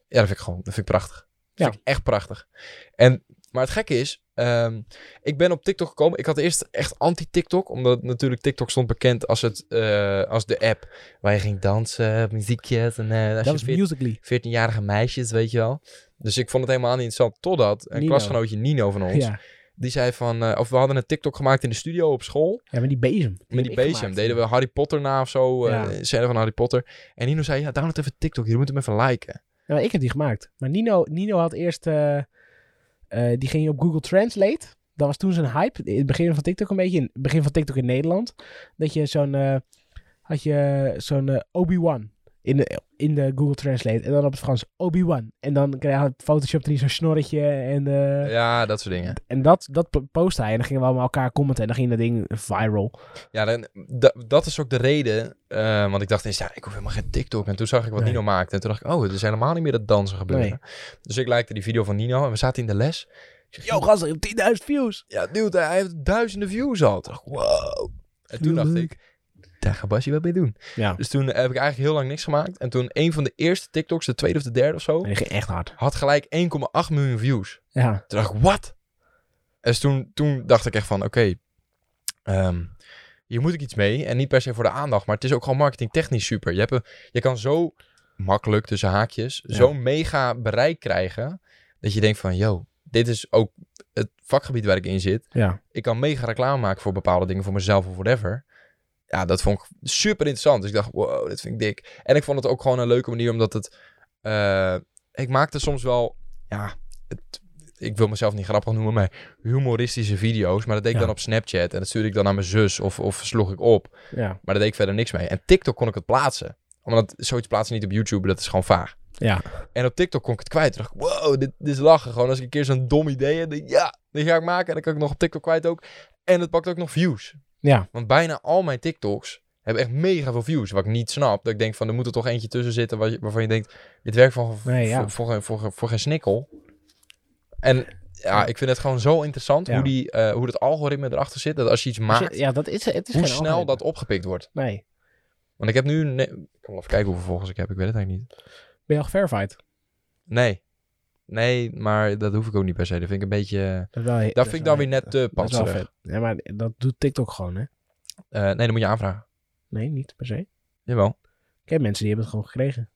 Speaker 1: ja, dat vind ik gewoon, dat vind ik prachtig. Dat
Speaker 2: Ja.
Speaker 1: vind ik echt prachtig. En Maar het gekke is, ehm, ik ben op TikTok gekomen. Ik had eerst echt anti-TikTok, omdat natuurlijk TikTok stond bekend als, het, eh, als de app waar je ging dansen, muziekjes en eh, als
Speaker 2: Dat
Speaker 1: je
Speaker 2: was Musical.ly.
Speaker 1: 14-jarige meisjes, weet je wel. Dus ik vond het helemaal niet interessant. Totdat een
Speaker 2: Nino.
Speaker 1: klasgenootje Nino van ons,
Speaker 2: Ja.
Speaker 1: die zei van... eh, of we hadden een TikTok gemaakt in de studio op school.
Speaker 2: ja, maar die bezem.
Speaker 1: Met die
Speaker 2: ik
Speaker 1: bezem.
Speaker 2: gemaakt.
Speaker 1: Deden we Harry Potter na of zo. eh
Speaker 2: Ja.
Speaker 1: scène van Harry Potter. En Nino zei, ja, download even TikTok. Je moet hem even liken.
Speaker 2: Ja, maar Nou, ik heb die gemaakt. Maar Nino, Nino had eerst... eh, eh, die ging op Google Translate. Dat was toen zijn hype. In het begin van TikTok een beetje. In het begin van TikTok in Nederland. Dat je zo'n... eh, had je zo'n eh, Obi-Wan. In de, in de Google Translate. En dan op het Frans Obi-Wan. En dan krijg je Photoshop er niet zo'n snorretje. En, eh,
Speaker 1: Ja, dat soort dingen.
Speaker 2: en dat, dat po- postte hij. En dan gingen we allemaal elkaar commenten. En dan ging dat ding viral.
Speaker 1: Ja, dan, da- dat is ook de reden. eh, want ik dacht eens, ja, ik hoef helemaal geen TikTok. En toen zag ik wat
Speaker 2: Nee.
Speaker 1: Nino maakte. En toen dacht ik, oh, het is helemaal niet meer dat dansen gebeuren.
Speaker 2: Nee.
Speaker 1: Dus ik likte die video van Nino. En we zaten in de les. Ik zeg,
Speaker 2: Yo gasten, 10.000 views.
Speaker 1: Ja, dude, hij heeft duizenden views al. Toen dacht ik, wow. En toen dacht
Speaker 2: Tuurlijk.
Speaker 1: ik, daar gaat Basje wat mee doen.
Speaker 2: Ja.
Speaker 1: Dus toen heb ik eigenlijk heel lang niks gemaakt. En toen een van de eerste TikToks, de tweede of de derde of zo,
Speaker 2: En die ging echt hard.
Speaker 1: had gelijk 1,8 miljoen views.
Speaker 2: Ja.
Speaker 1: Toen dacht ik, wat? En dus toen, toen dacht ik echt van, oké, ehm, hier moet ik iets mee. En niet per se voor de aandacht, maar het is ook gewoon marketingtechnisch super. Je, hebt een- je kan zo makkelijk, tussen haakjes,
Speaker 2: Ja.
Speaker 1: zo'n mega bereik krijgen, dat je denkt van, yo, dit is ook het vakgebied waar ik in zit
Speaker 2: Ja.
Speaker 1: ik kan mega reclame maken voor bepaalde dingen voor mezelf of whatever. Ja, dat vond ik super interessant. Dus ik dacht, wow, dit vind ik dik. En ik vond het ook gewoon een leuke manier, omdat het... eh, ik maakte soms wel, ja, het- ik wil mezelf niet grappig noemen, maar humoristische video's. Maar dat deed ik
Speaker 2: Ja.
Speaker 1: dan op Snapchat en dat stuurde ik dan aan mijn zus of, of sloeg ik op.
Speaker 2: Ja.
Speaker 1: Maar daar deed ik verder niks mee. En TikTok kon ik het plaatsen. Omdat zoiets plaatsen niet op YouTube, dat is gewoon vaag.
Speaker 2: Ja.
Speaker 1: En op TikTok kon ik het kwijt. Toen dacht ik, wow, dit, dit is lachen. Gewoon als ik een keer zo'n dom idee heb, denk ik, ja, dit ga ik maken. En dan kan ik nog op TikTok kwijt ook. En het pakt ook nog views.
Speaker 2: Ja.
Speaker 1: Want bijna al mijn TikToks hebben echt mega veel views. Wat ik niet snap. Dat ik denk van, er moet er toch eentje tussen zitten waar je- waarvan je denkt, dit werkt van,
Speaker 2: Nee, ja.
Speaker 1: voor, voor, geen- voor, geen- voor geen snikkel. En ja, ik vind het gewoon zo interessant
Speaker 2: Ja.
Speaker 1: hoe, die, eh, hoe dat algoritme erachter zit. Dat als je iets maakt,
Speaker 2: Dus Ja, dat is, het is
Speaker 1: hoe
Speaker 2: geen
Speaker 1: snel
Speaker 2: algoritme.
Speaker 1: dat opgepikt wordt.
Speaker 2: Nee.
Speaker 1: Want ik heb nu... ne- ik kan wel even kijken hoeveel volgers ik heb. Ik weet het eigenlijk niet.
Speaker 2: Ben je al geverifyd?
Speaker 1: Nee. Nee, maar dat hoef ik ook niet per se. Dat vind ik een beetje... eh,
Speaker 2: Dat, is wel, dat,
Speaker 1: Dat
Speaker 2: is
Speaker 1: vind ik
Speaker 2: wel-
Speaker 1: dan weer net te
Speaker 2: dat is wel
Speaker 1: patserig.
Speaker 2: vet. Ja, maar dat doet TikTok gewoon, hè?
Speaker 1: Eh, nee, dan moet je aanvragen.
Speaker 2: Nee, niet per se.
Speaker 1: Jawel.
Speaker 2: Ik heb mensen die hebben het gewoon gekregen.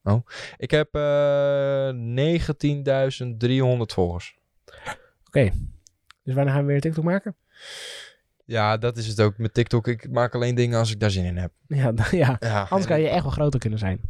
Speaker 1: Ik heb eh 19.300 volgers.
Speaker 2: Dus wanneer gaan we weer TikTok maken? [LAUGHS]
Speaker 1: Ja, dat is het ook met TikTok. Ik maak alleen dingen als ik daar zin in heb.
Speaker 2: Ja, d- ja.
Speaker 1: Ja,
Speaker 2: anders kan je echt wel groter kunnen zijn.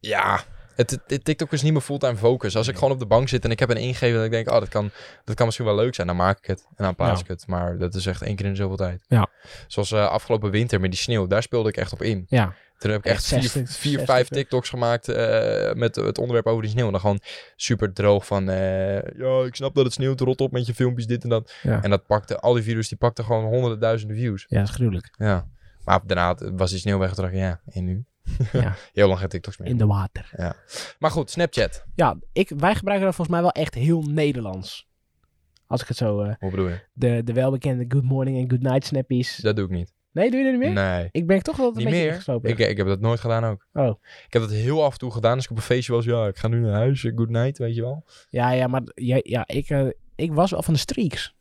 Speaker 1: Ja. Het, het- het TikTok is niet mijn fulltime focus. Als ik gewoon op de bank zit en ik heb een ingeving dat ik denk... Oh, dat kan, dat kan misschien wel leuk zijn. Dan maak ik het en dan plaats
Speaker 2: Ja.
Speaker 1: ik het. Maar dat is echt één keer in zoveel tijd.
Speaker 2: Ja.
Speaker 1: Zoals eh, afgelopen winter met die sneeuw. Daar speelde ik echt op in.
Speaker 2: Ja.
Speaker 1: Toen heb ik
Speaker 2: Echt
Speaker 1: echt vier,
Speaker 2: 60,
Speaker 1: vier
Speaker 2: 60,
Speaker 1: vijf
Speaker 2: ja.
Speaker 1: TikToks gemaakt eh, met het onderwerp over die sneeuw. En dan gewoon super droog van, eh, ja, ik snap dat het sneeuwt, rot op met je filmpjes, dit en dat.
Speaker 2: Ja.
Speaker 1: En dat pakte, al die video's, die pakten gewoon honderden duizenden views.
Speaker 2: Ja, dat is gruwelijk.
Speaker 1: Ja. Maar daarna was die sneeuw weg en toen dacht ik, ja, en nu?
Speaker 2: Ja.
Speaker 1: [LAUGHS] Heel lang geen TikToks meer.
Speaker 2: In de water.
Speaker 1: Maar goed, Snapchat.
Speaker 2: Ja, ik, wij gebruiken dat volgens mij wel echt heel Nederlands. Als ik het zo... eh,
Speaker 1: Hoe bedoel je?
Speaker 2: de, de welbekende good morning en good night snappies.
Speaker 1: Dat doe ik niet.
Speaker 2: Nee, doe je dat niet meer?
Speaker 1: Nee.
Speaker 2: Ik ben toch wel een
Speaker 1: Niet
Speaker 2: beetje
Speaker 1: meer.
Speaker 2: ingeslopen.
Speaker 1: Ik, ik heb dat nooit gedaan ook.
Speaker 2: Oh.
Speaker 1: Ik heb dat heel af en toe gedaan. Als ik op een feestje was, ja, ik ga nu naar huis, eh, good night, weet je wel.
Speaker 2: Ja, ja, maar ja, ja, ik, eh, ik was wel van de streaks.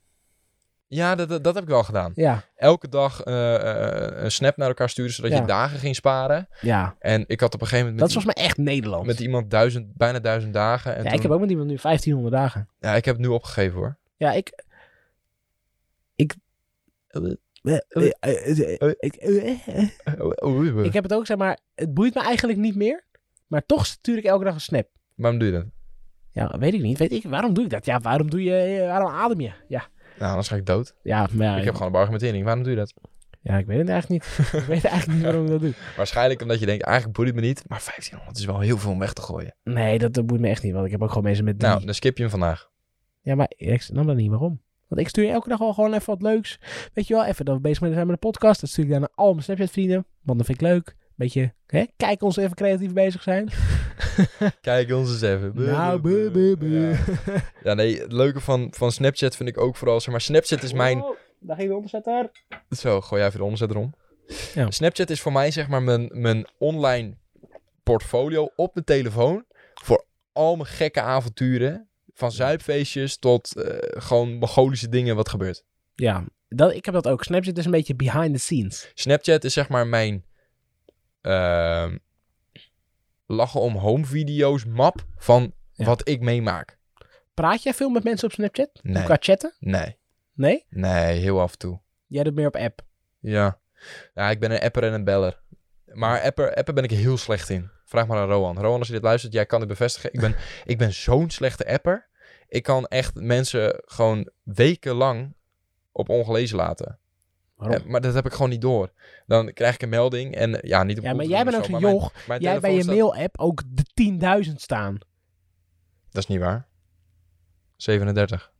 Speaker 1: Ja, dat, dat, dat heb ik wel gedaan.
Speaker 2: Ja.
Speaker 1: elke dag eh, eh, een snap naar elkaar sturen, zodat je
Speaker 2: Ja.
Speaker 1: dagen ging sparen.
Speaker 2: Ja.
Speaker 1: En ik had op een gegeven
Speaker 2: Dat
Speaker 1: moment
Speaker 2: is
Speaker 1: met,
Speaker 2: volgens mij echt Nederlands.
Speaker 1: i- met iemand duizend, bijna duizend dagen. En
Speaker 2: ja,
Speaker 1: toen-
Speaker 2: ik heb ook met iemand nu 1500 dagen.
Speaker 1: ja, ik heb het nu opgegeven hoor.
Speaker 2: [LAUGHS] Ja, ik. Ik. Ik heb het ook, zeg maar. Het boeit me eigenlijk niet meer. Maar toch stuur ik elke dag een snap.
Speaker 1: Waarom doe je dat?
Speaker 2: Ja, weet ik niet. Weet ik, waarom doe ik dat? Ja, waarom doe je. Waarom adem je? Ja.
Speaker 1: Nou, anders ga ik dood.
Speaker 2: Ja, maar ja,
Speaker 1: ik heb gewoon een argumentering. Waarom doe je dat?
Speaker 2: ja, ik weet het eigenlijk niet. [LAUGHS] ik weet eigenlijk niet waarom ik dat doe.
Speaker 1: Waarschijnlijk omdat je denkt, eigenlijk boeit het me niet. Maar 1500 is wel heel veel om weg te gooien.
Speaker 2: Nee, dat, dat boeit me echt niet. Want ik heb ook gewoon mensen met drie.
Speaker 1: Nou, dan skip je hem vandaag.
Speaker 2: Ja, maar ik snap dat niet waarom. Want ik stuur je elke dag wel gewoon even wat leuks. Weet je wel, even dat we bezig zijn met de podcast. Dat stuur ik dan naar al mijn Snapchat vrienden. Want dat vind ik leuk. Beetje, hè, kijk ons even creatief bezig zijn.
Speaker 1: Kijk ons eens even. Buh,
Speaker 2: nou,
Speaker 1: buh,
Speaker 2: buh, buh,
Speaker 1: Ja.
Speaker 2: buh.
Speaker 1: Ja, nee, het leuke van, van Snapchat vind ik ook vooral, zeg maar, Snapchat is mijn...
Speaker 2: Oh, daar ging de onderzetter.
Speaker 1: Zo, gooi jij even de omzet erom.
Speaker 2: Ja.
Speaker 1: Snapchat is voor mij zeg maar mijn, mijn online portfolio op mijn telefoon voor al mijn gekke avonturen Van zuipfeestjes tot eh, gewoon Mongolische dingen wat gebeurt.
Speaker 2: Ja, dat, ik heb dat ook. Snapchat is een beetje behind the scenes.
Speaker 1: Snapchat is zeg maar mijn ehm, lachen om home video's map van
Speaker 2: Ja.
Speaker 1: wat ik meemaak.
Speaker 2: Praat jij veel met mensen op Snapchat?
Speaker 1: Nee.
Speaker 2: Qua chatten?
Speaker 1: Nee,
Speaker 2: Nee?
Speaker 1: nee, heel af en toe.
Speaker 2: Jij doet meer op app.
Speaker 1: Ja. ja, ik ben een apper en een beller. Maar apper, apper ben ik heel slecht in. Vraag maar aan Roan. Roan, als je dit luistert, jij kan dit bevestigen. Ik ben, ik ben zo'n slechte apper. Ik kan echt mensen gewoon wekenlang op ongelezen laten.
Speaker 2: Waarom?
Speaker 1: Eh, maar dat heb ik gewoon niet door. Dan krijg ik een melding en eh, ja, niet op
Speaker 2: Ja, maar
Speaker 1: koelkast
Speaker 2: jij
Speaker 1: of
Speaker 2: bent ook
Speaker 1: zo, maar
Speaker 2: zo'n joch.
Speaker 1: mijn- mijn
Speaker 2: Jij bij
Speaker 1: telefoon
Speaker 2: je
Speaker 1: staat-
Speaker 2: mail-app ook de 10.000 staan.
Speaker 1: Dat is niet waar. 37.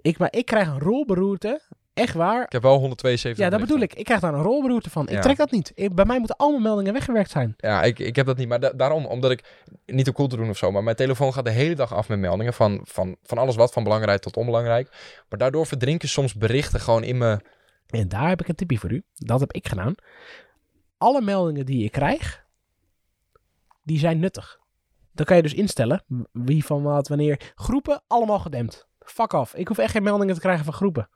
Speaker 2: Ik, maar ik krijg een rolberoerte. Echt waar.
Speaker 1: Ik heb wel 172.
Speaker 2: Ja, dat bedoel ik. Ik krijg daar een rolberoerte van. Ik
Speaker 1: Ja.
Speaker 2: trek dat niet. Ik- bij mij moeten allemaal meldingen weggewerkt zijn.
Speaker 1: Ja, ik, ik heb dat niet. Maar da- daarom, omdat ik niet te cool te doen of zo. Maar mijn telefoon gaat de hele dag af met meldingen van, van, van alles wat, van belangrijk tot onbelangrijk. Maar daardoor verdrinken soms berichten gewoon in mijn.
Speaker 2: En daar heb ik een tipje voor u. Dat heb ik gedaan. Alle meldingen die je krijgt, die zijn nuttig. Dan kan je dus instellen w- wie van wat, wanneer. Groepen, allemaal gedempt. Fuck af. Ik hoef echt geen meldingen te krijgen van groepen.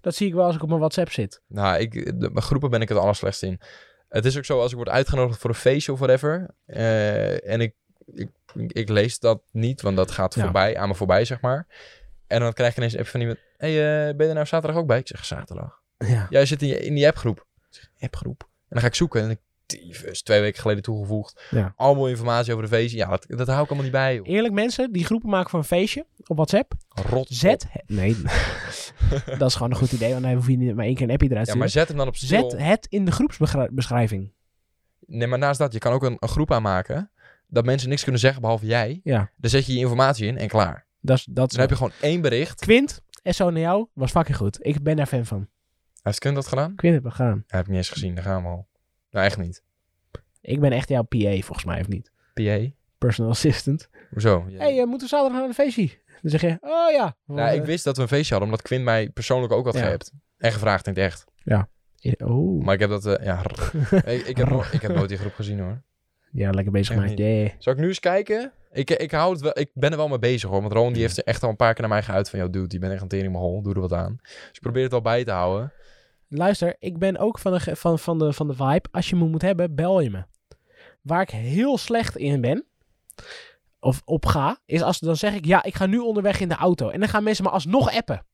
Speaker 2: Dat zie ik wel als ik op mijn WhatsApp zit.
Speaker 1: Nou, ik, de, mijn groepen ben ik het allerslechtst in. Het is ook zo, als ik word uitgenodigd voor een feestje of whatever. eh, en ik, ik, ik lees dat niet, want dat gaat
Speaker 2: Ja.
Speaker 1: voorbij, aan me voorbij, zeg maar. En dan krijg ik ineens een app van iemand. Hé, hey, eh, ben je er nou zaterdag ook bij? Ik zeg zaterdag.
Speaker 2: Ja.
Speaker 1: Jij zit in, je- in die appgroep. Ik zeg, Appgroep. En dan ga ik zoeken. En ik, tyfus, twee weken geleden toegevoegd.
Speaker 2: Ja.
Speaker 1: Allemaal informatie over de feestje. Ja, dat, dat hou ik allemaal niet bij. Joh.
Speaker 2: Eerlijk mensen, die groepen maken voor een feestje op WhatsApp.
Speaker 1: Rot.
Speaker 2: Zet.
Speaker 1: [LAUGHS]
Speaker 2: Nee. [LAUGHS] dat is gewoon een goed idee, want dan hoef je niet maar één keer een appje eruit te
Speaker 1: Ja,
Speaker 2: sturen.
Speaker 1: maar zet hem dan op stil.
Speaker 2: Zet het in de groepsbeschrijving.
Speaker 1: Nee, maar naast dat, je kan ook een, een groep aanmaken. Dat mensen niks kunnen zeggen behalve jij.
Speaker 2: Ja,
Speaker 1: Dan zet je je informatie in en klaar.
Speaker 2: dat is... Dat
Speaker 1: Dus dan heb je gewoon één bericht.
Speaker 2: Quint, SO naar jou, E was fucking goed. Ik ben daar fan van.
Speaker 1: Heeft Kunt dat gedaan?
Speaker 2: Quint heb ik gedaan.
Speaker 1: Ja, heb ik niet eens gezien. Daar gaan we al. Nou, echt niet.
Speaker 2: Ik ben echt jouw PA, volgens mij, of niet?
Speaker 1: PA.
Speaker 2: Personal assistant.
Speaker 1: Hoezo?
Speaker 2: Hé, hey, eh, moeten we zaterdag naar een feestje? Dan zeg je, oh ja.
Speaker 1: nou, ik wist dat we een feestje hadden, omdat Quint mij persoonlijk ook had
Speaker 2: Ja.
Speaker 1: gehept. En gevraagd in het echt.
Speaker 2: wist... Oh.
Speaker 1: Maar ik heb dat... eh, ja,
Speaker 2: [LAUGHS]
Speaker 1: ik, ik, heb, no- ik heb nooit die groep gezien hoor.
Speaker 2: Ja, lekker bezig
Speaker 1: Echt
Speaker 2: gemaakt.
Speaker 1: niet.
Speaker 2: Yeah.
Speaker 1: Zal ik nu eens kijken? Ik, ik, hou het wel, ik ben er wel mee bezig hoor. Want Ron die heeft er echt al een paar keer naar mij geuit van... ...joh dude, die bent echt een tering hol. Doe er wat aan. Dus ik probeer het al bij te houden.
Speaker 2: Luister, ik ben ook van de, ge- van, van, de, van de vibe. Als je me moet hebben, bel je me. Waar ik heel slecht in ben, of op ga, is als dan zeg ik, ja, ik ga nu onderweg in de auto. En dan gaan mensen me alsnog appen.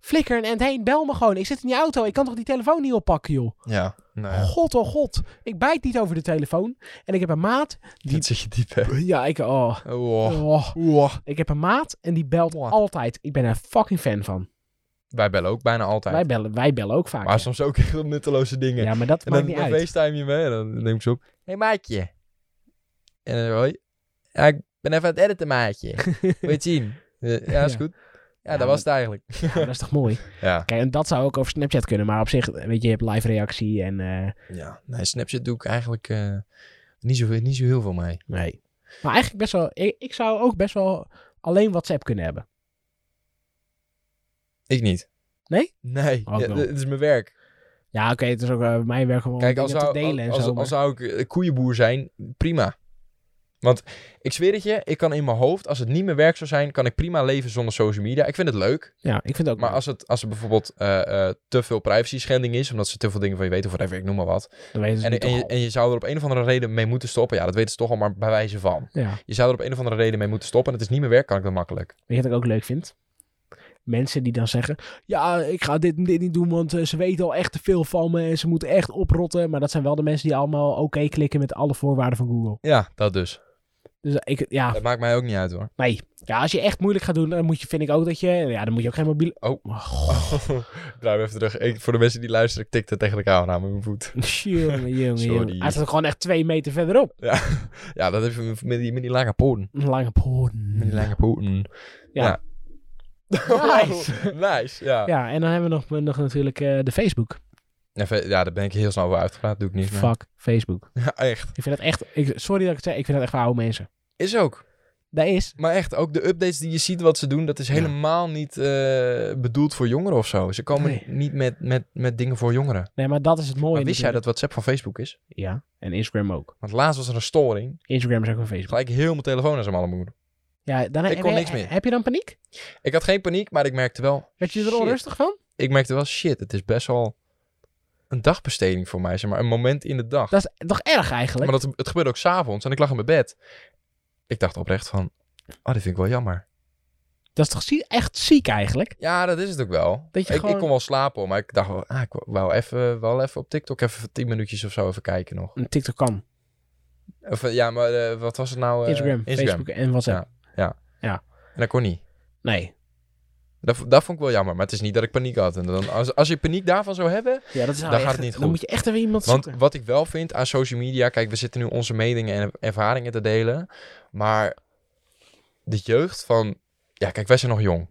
Speaker 2: Flikker en end heen, bel me gewoon. Ik zit in die auto, ik kan toch die telefoon niet oppakken, joh.
Speaker 1: Ja. Nou ja.
Speaker 2: God, oh god. Ik bijt niet over de telefoon. En ik heb een maat.
Speaker 1: Dit zit je [LAUGHS] diep hè.
Speaker 2: Ja, ik, oh.
Speaker 1: Oh.
Speaker 2: Oh.
Speaker 1: Oh.
Speaker 2: Ik heb een maat en die belt
Speaker 1: Wat?
Speaker 2: altijd. Ik ben daar fucking fan van.
Speaker 1: Wij bellen ook bijna altijd.
Speaker 2: Wij bellen, wij bellen ook vaak.
Speaker 1: maar
Speaker 2: hè.
Speaker 1: soms ook heel nutteloze dingen.
Speaker 2: Ja, maar dat
Speaker 1: en
Speaker 2: maakt
Speaker 1: dan,
Speaker 2: niet
Speaker 1: dan
Speaker 2: uit.
Speaker 1: facetime je me en dan neem ik ze op. Hé hey, maatje. En dan hoi. Ja, ik ben even aan het editen
Speaker 2: [LAUGHS]
Speaker 1: maatje. Wil je het zien? Eh, Ja, is
Speaker 2: Ja.
Speaker 1: goed. Ja,
Speaker 2: Ja,
Speaker 1: dat was het eigenlijk.
Speaker 2: Ja, dat is toch mooi?
Speaker 1: Ja.
Speaker 2: Kijk, en dat zou ook over Snapchat kunnen, maar op zich, weet je, je hebt live reactie en eh,
Speaker 1: ja. Nee, Snapchat doe ik eigenlijk eh, niet, zo, niet zo heel veel mee.
Speaker 2: nee. Maar eigenlijk best wel, ik, ik zou ook best wel alleen WhatsApp kunnen hebben.
Speaker 1: Ik niet.
Speaker 2: Nee?
Speaker 1: Nee,
Speaker 2: Ook
Speaker 1: ja,
Speaker 2: wel.
Speaker 1: d- het is mijn werk.
Speaker 2: Ja, het is ook eh, mijn werk om
Speaker 1: Kijk,
Speaker 2: dingen
Speaker 1: als
Speaker 2: te
Speaker 1: zou,
Speaker 2: delen en
Speaker 1: als,
Speaker 2: zo.
Speaker 1: als,
Speaker 2: maar-
Speaker 1: als zou ik eh, koeienboer zijn, prima. Want ik zweer het je, ik kan in mijn hoofd, als het niet mijn werk zou zijn, kan ik prima leven zonder social media. Ik vind het leuk.
Speaker 2: ja, ik vind het ook.
Speaker 1: Maar als, het, als er bijvoorbeeld eh, eh, te veel privacy schending is, omdat ze te veel dingen van je weten of whatever, ik noem maar wat.
Speaker 2: Dan weten ze
Speaker 1: En,
Speaker 2: het
Speaker 1: en,
Speaker 2: toch
Speaker 1: je, en je zou er op een of andere reden mee moeten stoppen. Ja, dat weten ze toch al, maar bij wijze van.
Speaker 2: al. Ja,
Speaker 1: Je zou er op een of andere reden mee moeten stoppen en het is niet mijn werk, kan ik dat makkelijk.
Speaker 2: weet je wat ik ook leuk vind? Mensen die dan zeggen, ja, ik ga dit en dit niet doen, want eh, ze weten al echt te veel van me en ze moeten echt oprotten. Maar dat zijn wel de mensen die allemaal oké klikken met alle voorwaarden van Google.
Speaker 1: Ja, dat dus.
Speaker 2: Dus eh, ik, ja,
Speaker 1: Dat maakt mij ook niet uit hoor.
Speaker 2: nee. Ja, als je echt moeilijk gaat doen, dan moet je, vind ik ook dat je, ja, dan moet je ook geen mobiele...
Speaker 1: Oh.
Speaker 2: god.
Speaker 1: ik [LAUGHS] draai hem even terug. Ik, voor de mensen die luisteren, ik tikte tegen de kamer aan met mijn voet.
Speaker 2: Jongen, jongen,
Speaker 1: Sorry.
Speaker 2: jongen. Hij staat gewoon echt twee meter verderop.
Speaker 1: Ja, ja dat heeft met die, met die lange poten. Mm.
Speaker 2: Een lange poorten.
Speaker 1: Met die
Speaker 2: [LAUGHS]
Speaker 1: lange poten.
Speaker 2: Ja.
Speaker 1: Nice. [LAUGHS] nice, ja. Ja.
Speaker 2: Ja, en dan hebben we nog, nog natuurlijk eh, de Facebook.
Speaker 1: Even, ja, daar ben ik heel snel over uitgepraat. Doe ik niet meer.
Speaker 2: Fuck, Facebook.
Speaker 1: [LAUGHS] Ja, echt.
Speaker 2: Ik vind dat echt... Ik, sorry dat ik het zeg, ik vind dat echt voor oude mensen.
Speaker 1: Is ook.
Speaker 2: Dat is...
Speaker 1: Maar echt, ook de updates die je ziet wat ze doen, dat is
Speaker 2: Ja.
Speaker 1: helemaal niet eh, bedoeld voor jongeren of zo. Ze komen
Speaker 2: Nee.
Speaker 1: niet met, met, met dingen voor jongeren.
Speaker 2: Nee, maar dat is het mooie.
Speaker 1: maar wist jij dat WhatsApp
Speaker 2: natuurlijk.
Speaker 1: van Facebook is?
Speaker 2: Ja, en Instagram ook.
Speaker 1: Want laatst was er een storing.
Speaker 2: Instagram is ook van Facebook.
Speaker 1: Gelijk heel mijn telefoon aan zijn malle moeder.
Speaker 2: Ja, daarna,
Speaker 1: Ik kon
Speaker 2: heb-
Speaker 1: niks meer.
Speaker 2: Heb je dan paniek?
Speaker 1: Ik had geen paniek, maar ik merkte wel...
Speaker 2: Werd je er
Speaker 1: shit.
Speaker 2: onrustig van?
Speaker 1: Ik merkte wel, shit, het is best wel een dagbesteding voor mij. Zeg maar, een moment in de dag.
Speaker 2: Dat is toch erg eigenlijk?
Speaker 1: Maar dat, het gebeurde ook s'avonds en ik lag in mijn bed. Ik dacht oprecht van, oh, dit vind ik wel jammer.
Speaker 2: Dat is toch zie- echt ziek eigenlijk?
Speaker 1: Ja, dat is het ook wel.
Speaker 2: Dat je
Speaker 1: ik,
Speaker 2: gewoon-
Speaker 1: ik kon wel slapen, hoor, maar ik dacht wel, ah, ik wou even, wel even op TikTok even tien minuutjes of zo even kijken nog.
Speaker 2: Een TikTok kan.
Speaker 1: Of, eh, ja, maar eh, wat was het nou? eh,
Speaker 2: Instagram, Facebook en WhatsApp.
Speaker 1: En dat kon niet.
Speaker 2: Nee.
Speaker 1: Dat, v- dat vond ik wel jammer, maar het is niet dat ik paniek had. En dan, als, als je paniek daarvan zou hebben...
Speaker 2: Ja, dat is nou
Speaker 1: Dan
Speaker 2: echt-
Speaker 1: gaat het niet
Speaker 2: Dan
Speaker 1: goed.
Speaker 2: moet je echt even iemand
Speaker 1: Want
Speaker 2: zoeken.
Speaker 1: wat ik wel vind aan social media... Kijk, we zitten nu onze meningen en ervaringen te delen. Maar de jeugd van... Ja, kijk, wij zijn nog jong.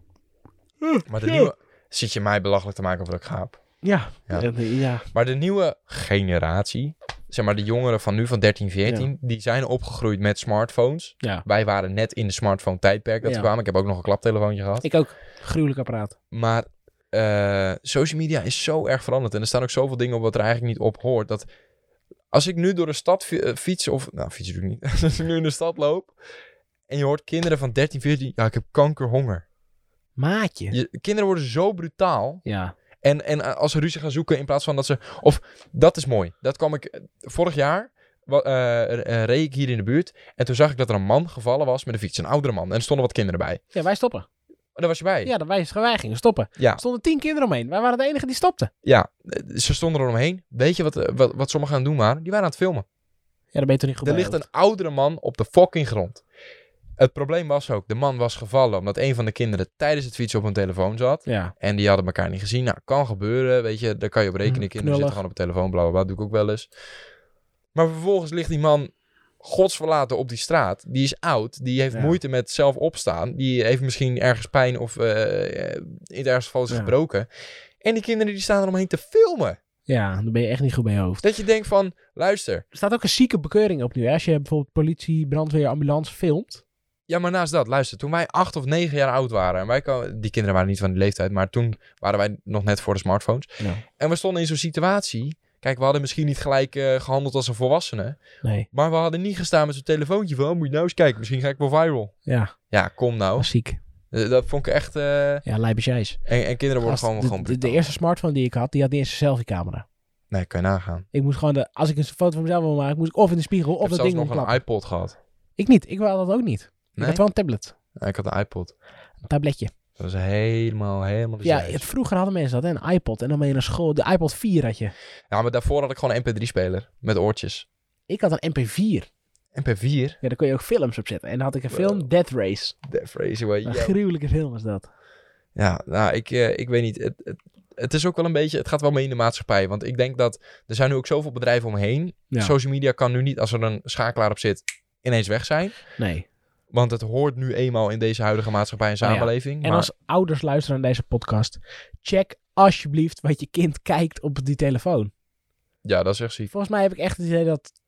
Speaker 1: Maar de
Speaker 2: ja.
Speaker 1: nieuwe... Zit je mij belachelijk te maken of dat ik gaap?
Speaker 2: Ja.
Speaker 1: Ja.
Speaker 2: Ja. ja.
Speaker 1: Maar de nieuwe generatie... Zeg maar de jongeren van nu, van 13, 14... Die zijn opgegroeid met smartphones.
Speaker 2: Ja.
Speaker 1: Wij waren net in de smartphone tijdperk dat
Speaker 2: Ja.
Speaker 1: we kwamen. Ik heb ook nog een klaptelefoontje gehad.
Speaker 2: Ik ook. Gruwelijk apparaat.
Speaker 1: Maar eh, social media is zo erg veranderd. En er staan ook zoveel dingen op wat er eigenlijk niet op hoort. Dat als ik nu door de stad fi- eh, fiets, of nou, fiets doe ik niet. [LAUGHS] als ik nu in de stad loop en je hoort kinderen van 13, 14, ja, ik heb kankerhonger.
Speaker 2: Maatje.
Speaker 1: Je, kinderen worden zo brutaal.
Speaker 2: Ja.
Speaker 1: En, en eh, als ze ruzie gaan zoeken in plaats van dat ze. Of dat is mooi. Dat kwam ik. eh, Vorig jaar wa- eh, eh, reed ik hier in de buurt. En toen zag ik dat er een man gevallen was met een fiets. Een oudere man. En er stonden wat kinderen bij.
Speaker 2: Ja, wij stoppen.
Speaker 1: En daar was je bij.
Speaker 2: Ja, dan wij, wij gingen stoppen.
Speaker 1: Ja.
Speaker 2: Er stonden tien kinderen omheen. Wij waren de enige die stopten.
Speaker 1: Ja, eh, ze stonden er omheen. Weet je wat, eh, wat, wat sommigen aan het doen waren? Die waren aan het filmen.
Speaker 2: Ja, dan ben je toch niet goed
Speaker 1: Er
Speaker 2: bij,
Speaker 1: ligt een oudere man op de fucking grond. Het probleem was ook, de man was gevallen omdat een van de kinderen tijdens het fietsen op hun telefoon zat.
Speaker 2: hoor. Ja.
Speaker 1: En die hadden elkaar niet gezien. Nou, kan gebeuren, weet je. Daar kan je op rekenen.
Speaker 2: Mm,
Speaker 1: Kinderen zitten
Speaker 2: knullig.
Speaker 1: gewoon op hun telefoon, bla bla bla. doe ik ook wel eens. Maar vervolgens ligt die man godsverlaten op die straat. Die is oud. Die heeft
Speaker 2: Ja.
Speaker 1: moeite met zelf opstaan. Die heeft misschien ergens pijn of eh, eh, in het ergste geval is
Speaker 2: Ja.
Speaker 1: gebroken. En die kinderen die staan eromheen te filmen.
Speaker 2: ja, dan ben je echt niet goed bij je hoofd.
Speaker 1: Dat je denkt van, luister.
Speaker 2: Er staat ook een zieke bekeuring op nu. Hè? Als je bijvoorbeeld politie, brandweer, ambulance filmt.
Speaker 1: Ja, maar naast dat, luister. Toen wij acht of negen jaar oud waren. En wij kwamen, die kinderen waren niet van die leeftijd. Maar toen waren wij nog net voor de smartphones.
Speaker 2: Ja.
Speaker 1: En we stonden in zo'n situatie. Kijk, we hadden misschien niet gelijk eh, gehandeld als een volwassene.
Speaker 2: Nee.
Speaker 1: Maar we hadden niet gestaan met zo'n telefoontje van... Moet je nou eens kijken, misschien ga ik wel viral.
Speaker 2: Ja,
Speaker 1: Ja, kom nou.
Speaker 2: was ziek.
Speaker 1: Eh, Dat vond ik echt... eh,
Speaker 2: Ja, lijbesjijs.
Speaker 1: En, en kinderen worden gewoon... gewoon
Speaker 2: de, de, de
Speaker 1: brutaal.
Speaker 2: eerste smartphone die ik had, die had niet eens een selfiecamera.
Speaker 1: Nee, kan je nagaan.
Speaker 2: Ik moest gewoon, de, als ik een foto van mezelf wil maken, moest ik of in de spiegel
Speaker 1: Ik
Speaker 2: of
Speaker 1: heb
Speaker 2: dat
Speaker 1: zelfs
Speaker 2: ding
Speaker 1: nog
Speaker 2: omklappen.
Speaker 1: een iPod gehad.
Speaker 2: Ik niet, ik wilde dat ook niet. Ik
Speaker 1: Nee?
Speaker 2: had wel een tablet,
Speaker 1: Ja, ik had een iPod.
Speaker 2: een tabletje.
Speaker 1: Dat was helemaal, helemaal... de
Speaker 2: ja,
Speaker 1: zeis.
Speaker 2: het, vroeger hadden mensen dat, hè, een iPod. En dan ben je naar school, de iPod 4 had je.
Speaker 1: ja, maar daarvoor had ik gewoon een mp3-speler. Met oortjes.
Speaker 2: Ik had een MP4.
Speaker 1: mp4?
Speaker 2: Ja, daar kon je ook films op zetten. En dan had ik een film,
Speaker 1: Wow.
Speaker 2: Death Race.
Speaker 1: The Fraser Way.
Speaker 2: Een [LAUGHS]
Speaker 1: yo.
Speaker 2: gruwelijke film was dat.
Speaker 1: Ja, nou, ik, eh, ik weet niet. Het, het, het is ook wel een beetje, het gaat wel mee in de maatschappij. Want ik denk dat, er zijn nu ook zoveel bedrijven omheen.
Speaker 2: Ja.
Speaker 1: Social media kan nu niet, als er een schakelaar op zit, ineens weg zijn.
Speaker 2: Nee.
Speaker 1: Want het hoort nu eenmaal in deze huidige maatschappij en
Speaker 2: Nou ja,
Speaker 1: samenleving.
Speaker 2: En
Speaker 1: maar
Speaker 2: als ouders luisteren naar deze podcast, check alsjeblieft wat je kind kijkt op die telefoon.
Speaker 1: Ja, dat is echt ziek.
Speaker 2: Volgens mij heb ik echt het idee dat 80%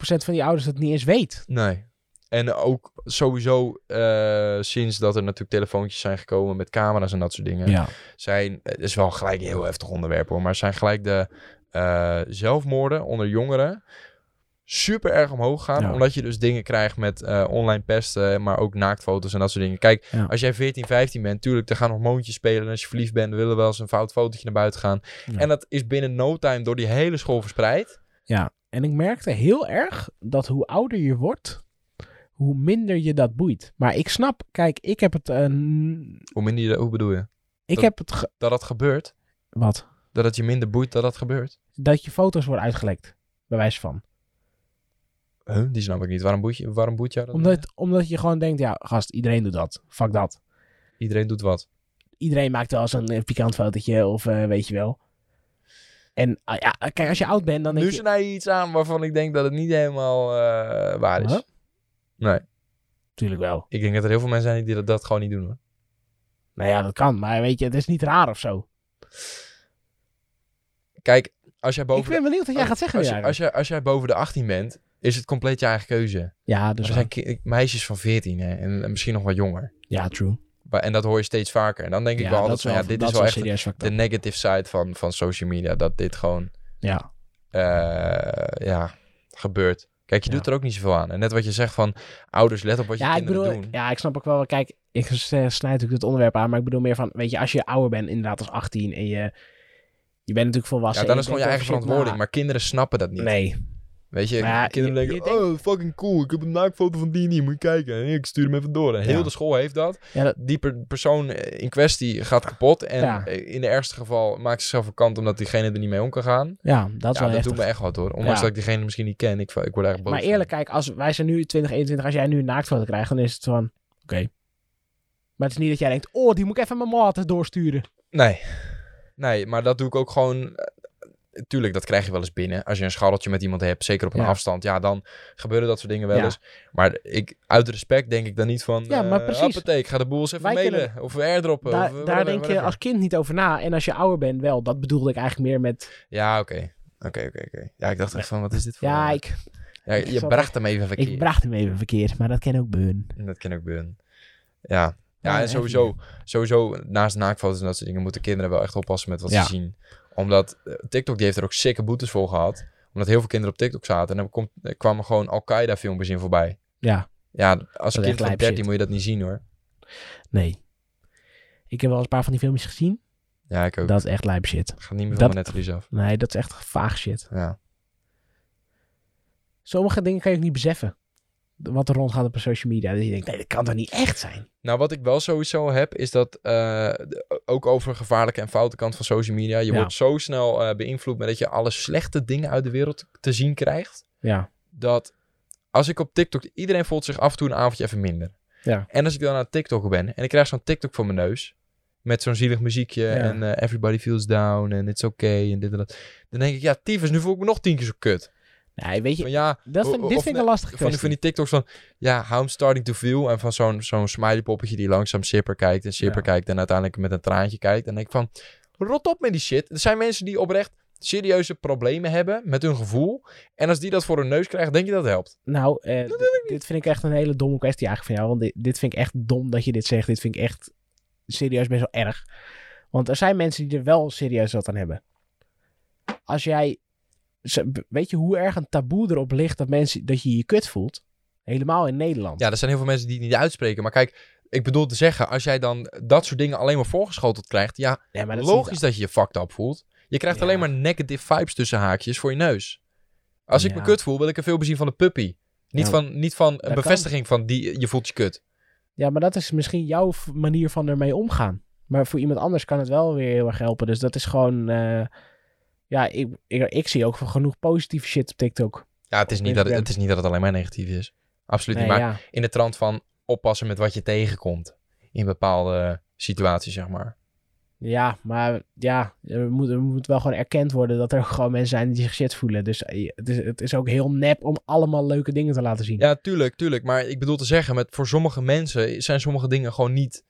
Speaker 2: van die ouders dat niet eens weet.
Speaker 1: Nee. En ook sowieso, eh, sinds dat er natuurlijk telefoontjes zijn gekomen met camera's en dat soort dingen. zijn, het is wel gelijk een heel heftig onderwerp hoor, maar zijn gelijk de eh, zelfmoorden onder jongeren super erg omhoog gaan.
Speaker 2: Ja.
Speaker 1: Omdat je dus dingen krijgt met eh, online pesten, maar ook naaktfoto's en dat soort dingen. Kijk,
Speaker 2: Ja.
Speaker 1: als jij 14, 15 bent, tuurlijk, er gaan hormoontjes spelen. En als je verliefd bent, willen wel eens een fout fotootje naar buiten gaan.
Speaker 2: Ja.
Speaker 1: En dat is binnen no time door die hele school verspreid.
Speaker 2: En ik merkte heel erg dat hoe ouder je wordt, hoe minder je dat boeit. Maar ik snap, kijk, ik heb het. eh, n-
Speaker 1: Hoe, minder je dat- hoe bedoel je?
Speaker 2: ik
Speaker 1: Dat-
Speaker 2: heb het. ge-
Speaker 1: Dat dat gebeurt?
Speaker 2: wat?
Speaker 1: Dat het je minder boeit dat dat gebeurt?
Speaker 2: Dat je foto's worden uitgelekt. Bij wijze van.
Speaker 1: Huh? Die snap ik niet. Waarom boeit, je, waarom boeit jou dat?
Speaker 2: Omdat, omdat je gewoon denkt, ja, gast, iedereen doet dat. Fuck dat.
Speaker 1: Iedereen doet wat.
Speaker 2: iedereen maakt wel eens een eh, pikant fotootje of eh, weet je wel. En ah, ja, kijk, als je oud bent, dan denk
Speaker 1: Nu
Speaker 2: je...
Speaker 1: ze nou iets aan waarvan ik denk dat het niet helemaal eh, waar is.
Speaker 2: Huh?
Speaker 1: Nee,
Speaker 2: Natuurlijk wel.
Speaker 1: ik denk dat er heel veel mensen zijn die dat, dat gewoon niet doen hoor.
Speaker 2: Nou ja, dat kan. Maar weet je, het is niet raar of zo.
Speaker 1: Kijk, als jij boven,
Speaker 2: ik ben benieuwd wat jij gaat
Speaker 1: de, Oh,
Speaker 2: zeggen.
Speaker 1: als, je,
Speaker 2: Jaren.
Speaker 1: als, jij, als jij boven de 18 bent, is het compleet je eigen keuze.
Speaker 2: Ja, dus
Speaker 1: Er zijn ki- meisjes van 14 hè, en, en misschien nog wat jonger.
Speaker 2: ja, true.
Speaker 1: Maar- En dat hoor je steeds vaker. En dan denk
Speaker 2: ja,
Speaker 1: ik wel
Speaker 2: dat
Speaker 1: altijd
Speaker 2: is
Speaker 1: van, ja, dit
Speaker 2: dat
Speaker 1: is wel echt
Speaker 2: serieus factor.
Speaker 1: de negative side van, van social media. Dat dit gewoon
Speaker 2: Ja.
Speaker 1: eh, ja, gebeurt. Kijk, je
Speaker 4: Ja.
Speaker 1: doet er ook niet zoveel aan. En net wat je zegt van ouders, let op wat je
Speaker 2: Ja, ik
Speaker 1: kinderen
Speaker 2: bedoel,
Speaker 1: doen.
Speaker 2: ja, ik snap ook wel. Kijk, ik s- eh, snijd natuurlijk het onderwerp aan, maar ik bedoel meer van, weet je, als je ouder bent, inderdaad als 18 en je, je bent natuurlijk
Speaker 1: Ja,
Speaker 2: volwassen.
Speaker 1: dan
Speaker 2: en
Speaker 1: is gewoon je
Speaker 2: denkt
Speaker 1: eigen
Speaker 2: over shit
Speaker 1: verantwoording.
Speaker 2: na.
Speaker 1: Maar kinderen snappen dat niet.
Speaker 2: Nee,
Speaker 1: Weet je,
Speaker 2: Maar ja,
Speaker 1: kinderen
Speaker 2: je-
Speaker 1: denken,
Speaker 2: je
Speaker 1: oh, fucking cool, ik heb een naaktfoto van die en die, moet je kijken. En ik stuur hem even door. En heel
Speaker 4: Ja.
Speaker 1: de school heeft dat.
Speaker 2: Ja, dat-
Speaker 1: Die per- persoon eh, in kwestie gaat kapot. En
Speaker 2: Ja.
Speaker 1: eh, in de ergste geval maakt zichzelf een kant omdat diegene er niet mee om kan gaan.
Speaker 2: ja, dat is
Speaker 1: ja,
Speaker 2: wel
Speaker 1: dat
Speaker 2: echt.
Speaker 1: doet me echt wat hoor. Ondanks
Speaker 2: Ja.
Speaker 1: dat ik diegene misschien niet ken, ik, ik word echt boos.
Speaker 2: Maar
Speaker 1: van.
Speaker 2: eerlijk, kijk, als wij zijn nu 2021, als jij nu een naaktfoto krijgt, dan is het van, oké. Maar het is niet dat jij denkt, oh, die moet ik even mijn maten doorsturen.
Speaker 1: Nee. Nee, maar dat doe ik ook gewoon... eh, Tuurlijk, dat krijg je wel eens binnen. Als je een scharreltje met iemand hebt, zeker op een
Speaker 2: Ja.
Speaker 1: afstand. Ja, dan gebeuren dat soort dingen wel
Speaker 2: Ja.
Speaker 1: eens. Maar ik, uit respect denk ik dan niet van...
Speaker 2: Ja, maar
Speaker 1: eh,
Speaker 2: precies.
Speaker 1: hoppatee, ik ga de boel eens even
Speaker 2: Wij
Speaker 1: mailen.
Speaker 2: kunnen-
Speaker 1: Of airdroppen.
Speaker 2: Daar-
Speaker 1: of, eh,
Speaker 2: daar
Speaker 1: whatever,
Speaker 2: denk je
Speaker 1: whatever.
Speaker 2: als kind niet over na. En als je ouder bent, wel. Dat bedoelde ik eigenlijk meer met,
Speaker 1: Ja, oké. Oké, oké, oké. Ja, ik dacht echt van, wat is dit voor...
Speaker 2: ja,
Speaker 1: eh,
Speaker 2: ik,
Speaker 1: ja,
Speaker 2: ik
Speaker 1: je
Speaker 2: zat
Speaker 1: bracht hem even verkeerd.
Speaker 2: ik bracht hem even verkeerd, maar dat ken ook Beun.
Speaker 1: Dat kan ook ben. Ja. Ja,
Speaker 2: Ja,
Speaker 1: en
Speaker 2: echt
Speaker 1: sowieso, sowieso naast naaktfoto's en dat soort dingen moeten kinderen wel echt oppassen met wat
Speaker 2: Ja.
Speaker 1: ze zien. Omdat eh, TikTok die heeft er ook sikke boetes voor gehad. Omdat heel veel kinderen op TikTok zaten. En dan komt, er kwamen gewoon Al-Qaeda filmpjes in voorbij.
Speaker 2: Ja,
Speaker 1: Ja, als een
Speaker 2: echt
Speaker 1: kind van
Speaker 2: lijp
Speaker 1: 13
Speaker 2: shit.
Speaker 1: moet je dat niet zien hoor.
Speaker 2: nee. Ik heb wel eens een paar van die filmpjes gezien.
Speaker 1: Ja, ik ook.
Speaker 2: Dat is echt lijp shit.
Speaker 1: Gaat niet meer van
Speaker 2: dat-
Speaker 1: mijn netvlies af.
Speaker 2: Nee, dat is echt vaag shit.
Speaker 1: Ja.
Speaker 2: Sommige dingen kan je ook niet beseffen. Wat er rondgaat op social media. Dat je denkt, nee, dat kan toch niet echt zijn?
Speaker 1: Nou, wat ik wel sowieso heb, is dat eh, de- ook over gevaarlijke en foute kant van social media. Je
Speaker 2: Ja.
Speaker 1: wordt zo snel eh, beïnvloed met dat je alle slechte dingen uit de wereld te zien krijgt.
Speaker 2: Ja.
Speaker 1: dat als ik op TikTok, iedereen voelt zich af en toe een avondje even minder.
Speaker 2: Ja.
Speaker 1: En als ik dan aan TikTok ben en ik krijg zo'n TikTok voor mijn neus met zo'n zielig muziekje en eh, everybody feels down en it's okay en dit en dat, dan denk ik ja, tyfus, nu voel ik me nog tien keer zo kut.
Speaker 2: Nee, weet je,
Speaker 1: Van ja,
Speaker 2: dat vind,
Speaker 1: of-
Speaker 2: dit
Speaker 1: of
Speaker 2: vind ik
Speaker 1: nee,
Speaker 2: een lastige
Speaker 1: van, die-
Speaker 2: kwestie.
Speaker 1: van die TikToks van ja, how I'm starting to feel en van zo'n zo'n smiley poppetje die langzaam zipper kijkt en zipper
Speaker 2: Ja.
Speaker 1: kijkt en uiteindelijk met een traantje kijkt en denk ik van rot op met die shit. Er zijn mensen die oprecht serieuze problemen hebben met hun gevoel en als die dat voor hun neus krijgen, denk je dat helpt?
Speaker 2: Nou, eh, d- dit vind ik echt een hele domme kwestie eigenlijk van jou. Want dit, dit vind ik echt dom dat je dit zegt. Dit vind ik echt serieus best wel erg. Want er zijn mensen die er wel serieus wat aan hebben. Als jij... ze- b- Weet je hoe erg een taboe erop ligt dat, mensen, dat je je kut voelt? Helemaal in Nederland.
Speaker 1: Ja, er zijn heel veel mensen die het niet uitspreken. Maar kijk, ik bedoel te zeggen, als jij dan dat soort dingen alleen maar voorgeschoteld krijgt, ja,
Speaker 2: Ja, maar dat is niet-
Speaker 1: logisch dat je je fucked up voelt. Je krijgt
Speaker 2: Ja.
Speaker 1: alleen maar negative vibes tussen haakjes voor je neus. Als ik me
Speaker 2: Ja.
Speaker 1: kut voel, wil ik er veel bezien van de puppy. Niet,
Speaker 2: Ja.
Speaker 1: van, niet van
Speaker 2: Dat
Speaker 1: een bevestiging van die, je voelt je kut.
Speaker 2: Ja, maar dat is misschien jouw v- manier van ermee omgaan. Maar voor iemand anders kan het wel weer heel erg helpen. Dus dat is gewoon... eh, ja, ik, ik, ik zie ook genoeg positieve shit op TikTok.
Speaker 1: Ja, het is
Speaker 2: Op
Speaker 1: niet, dat,
Speaker 2: Instagram.
Speaker 1: het is niet dat het alleen maar negatief is. Absoluut
Speaker 2: Nee,
Speaker 1: niet. Maar
Speaker 2: ja.
Speaker 1: in de trant van oppassen met wat je tegenkomt. In bepaalde situaties, zeg maar.
Speaker 2: Ja, maar ja, er moet, er moet wel gewoon erkend worden dat er [LAUGHS] ook gewoon mensen zijn die zich shit voelen. Dus eh, het is, het is ook heel nep om allemaal leuke dingen te laten zien.
Speaker 1: Ja, tuurlijk, tuurlijk. Maar ik bedoel te zeggen, met, voor sommige mensen zijn sommige dingen gewoon niet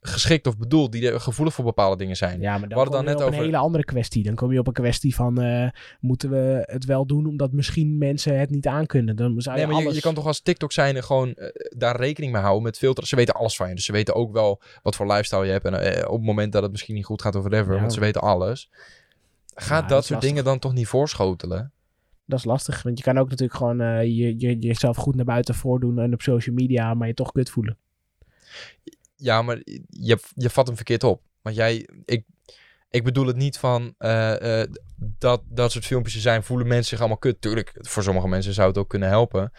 Speaker 1: geschikt of bedoeld. Die er gevoelig voor bepaalde dingen zijn.
Speaker 2: Ja, maar dan
Speaker 1: hadden het
Speaker 2: kom je
Speaker 1: net
Speaker 2: op
Speaker 1: over-
Speaker 2: een hele andere kwestie. Dan kom je op een kwestie van, eh, moeten we het wel doen omdat misschien mensen het niet aankunnen? Dan zou je
Speaker 1: nee, maar je-
Speaker 2: Nou alles...
Speaker 1: je, kan toch als TikTok zijn en gewoon eh, daar rekening mee houden met filteren. Ze weten alles van je. Dus ze weten ook wel wat voor lifestyle je hebt. En eh, op het moment dat het misschien niet goed gaat of whatever,
Speaker 2: Ja.
Speaker 1: want ze weten alles. Ga
Speaker 2: Ja,
Speaker 1: dat,
Speaker 2: dat is
Speaker 1: soort
Speaker 2: lastig.
Speaker 1: dingen dan toch niet voorschotelen?
Speaker 2: Dat is lastig, want je kan ook natuurlijk gewoon eh, je, je, jezelf goed naar buiten voordoen en op social media, maar je toch kut voelen.
Speaker 1: Ja, maar je, je vat hem verkeerd op. Want jij, ik, ik bedoel het niet van eh, eh, dat dat soort filmpjes er zijn, voelen mensen zich allemaal kut. Tuurlijk, voor sommige mensen zou het ook kunnen helpen.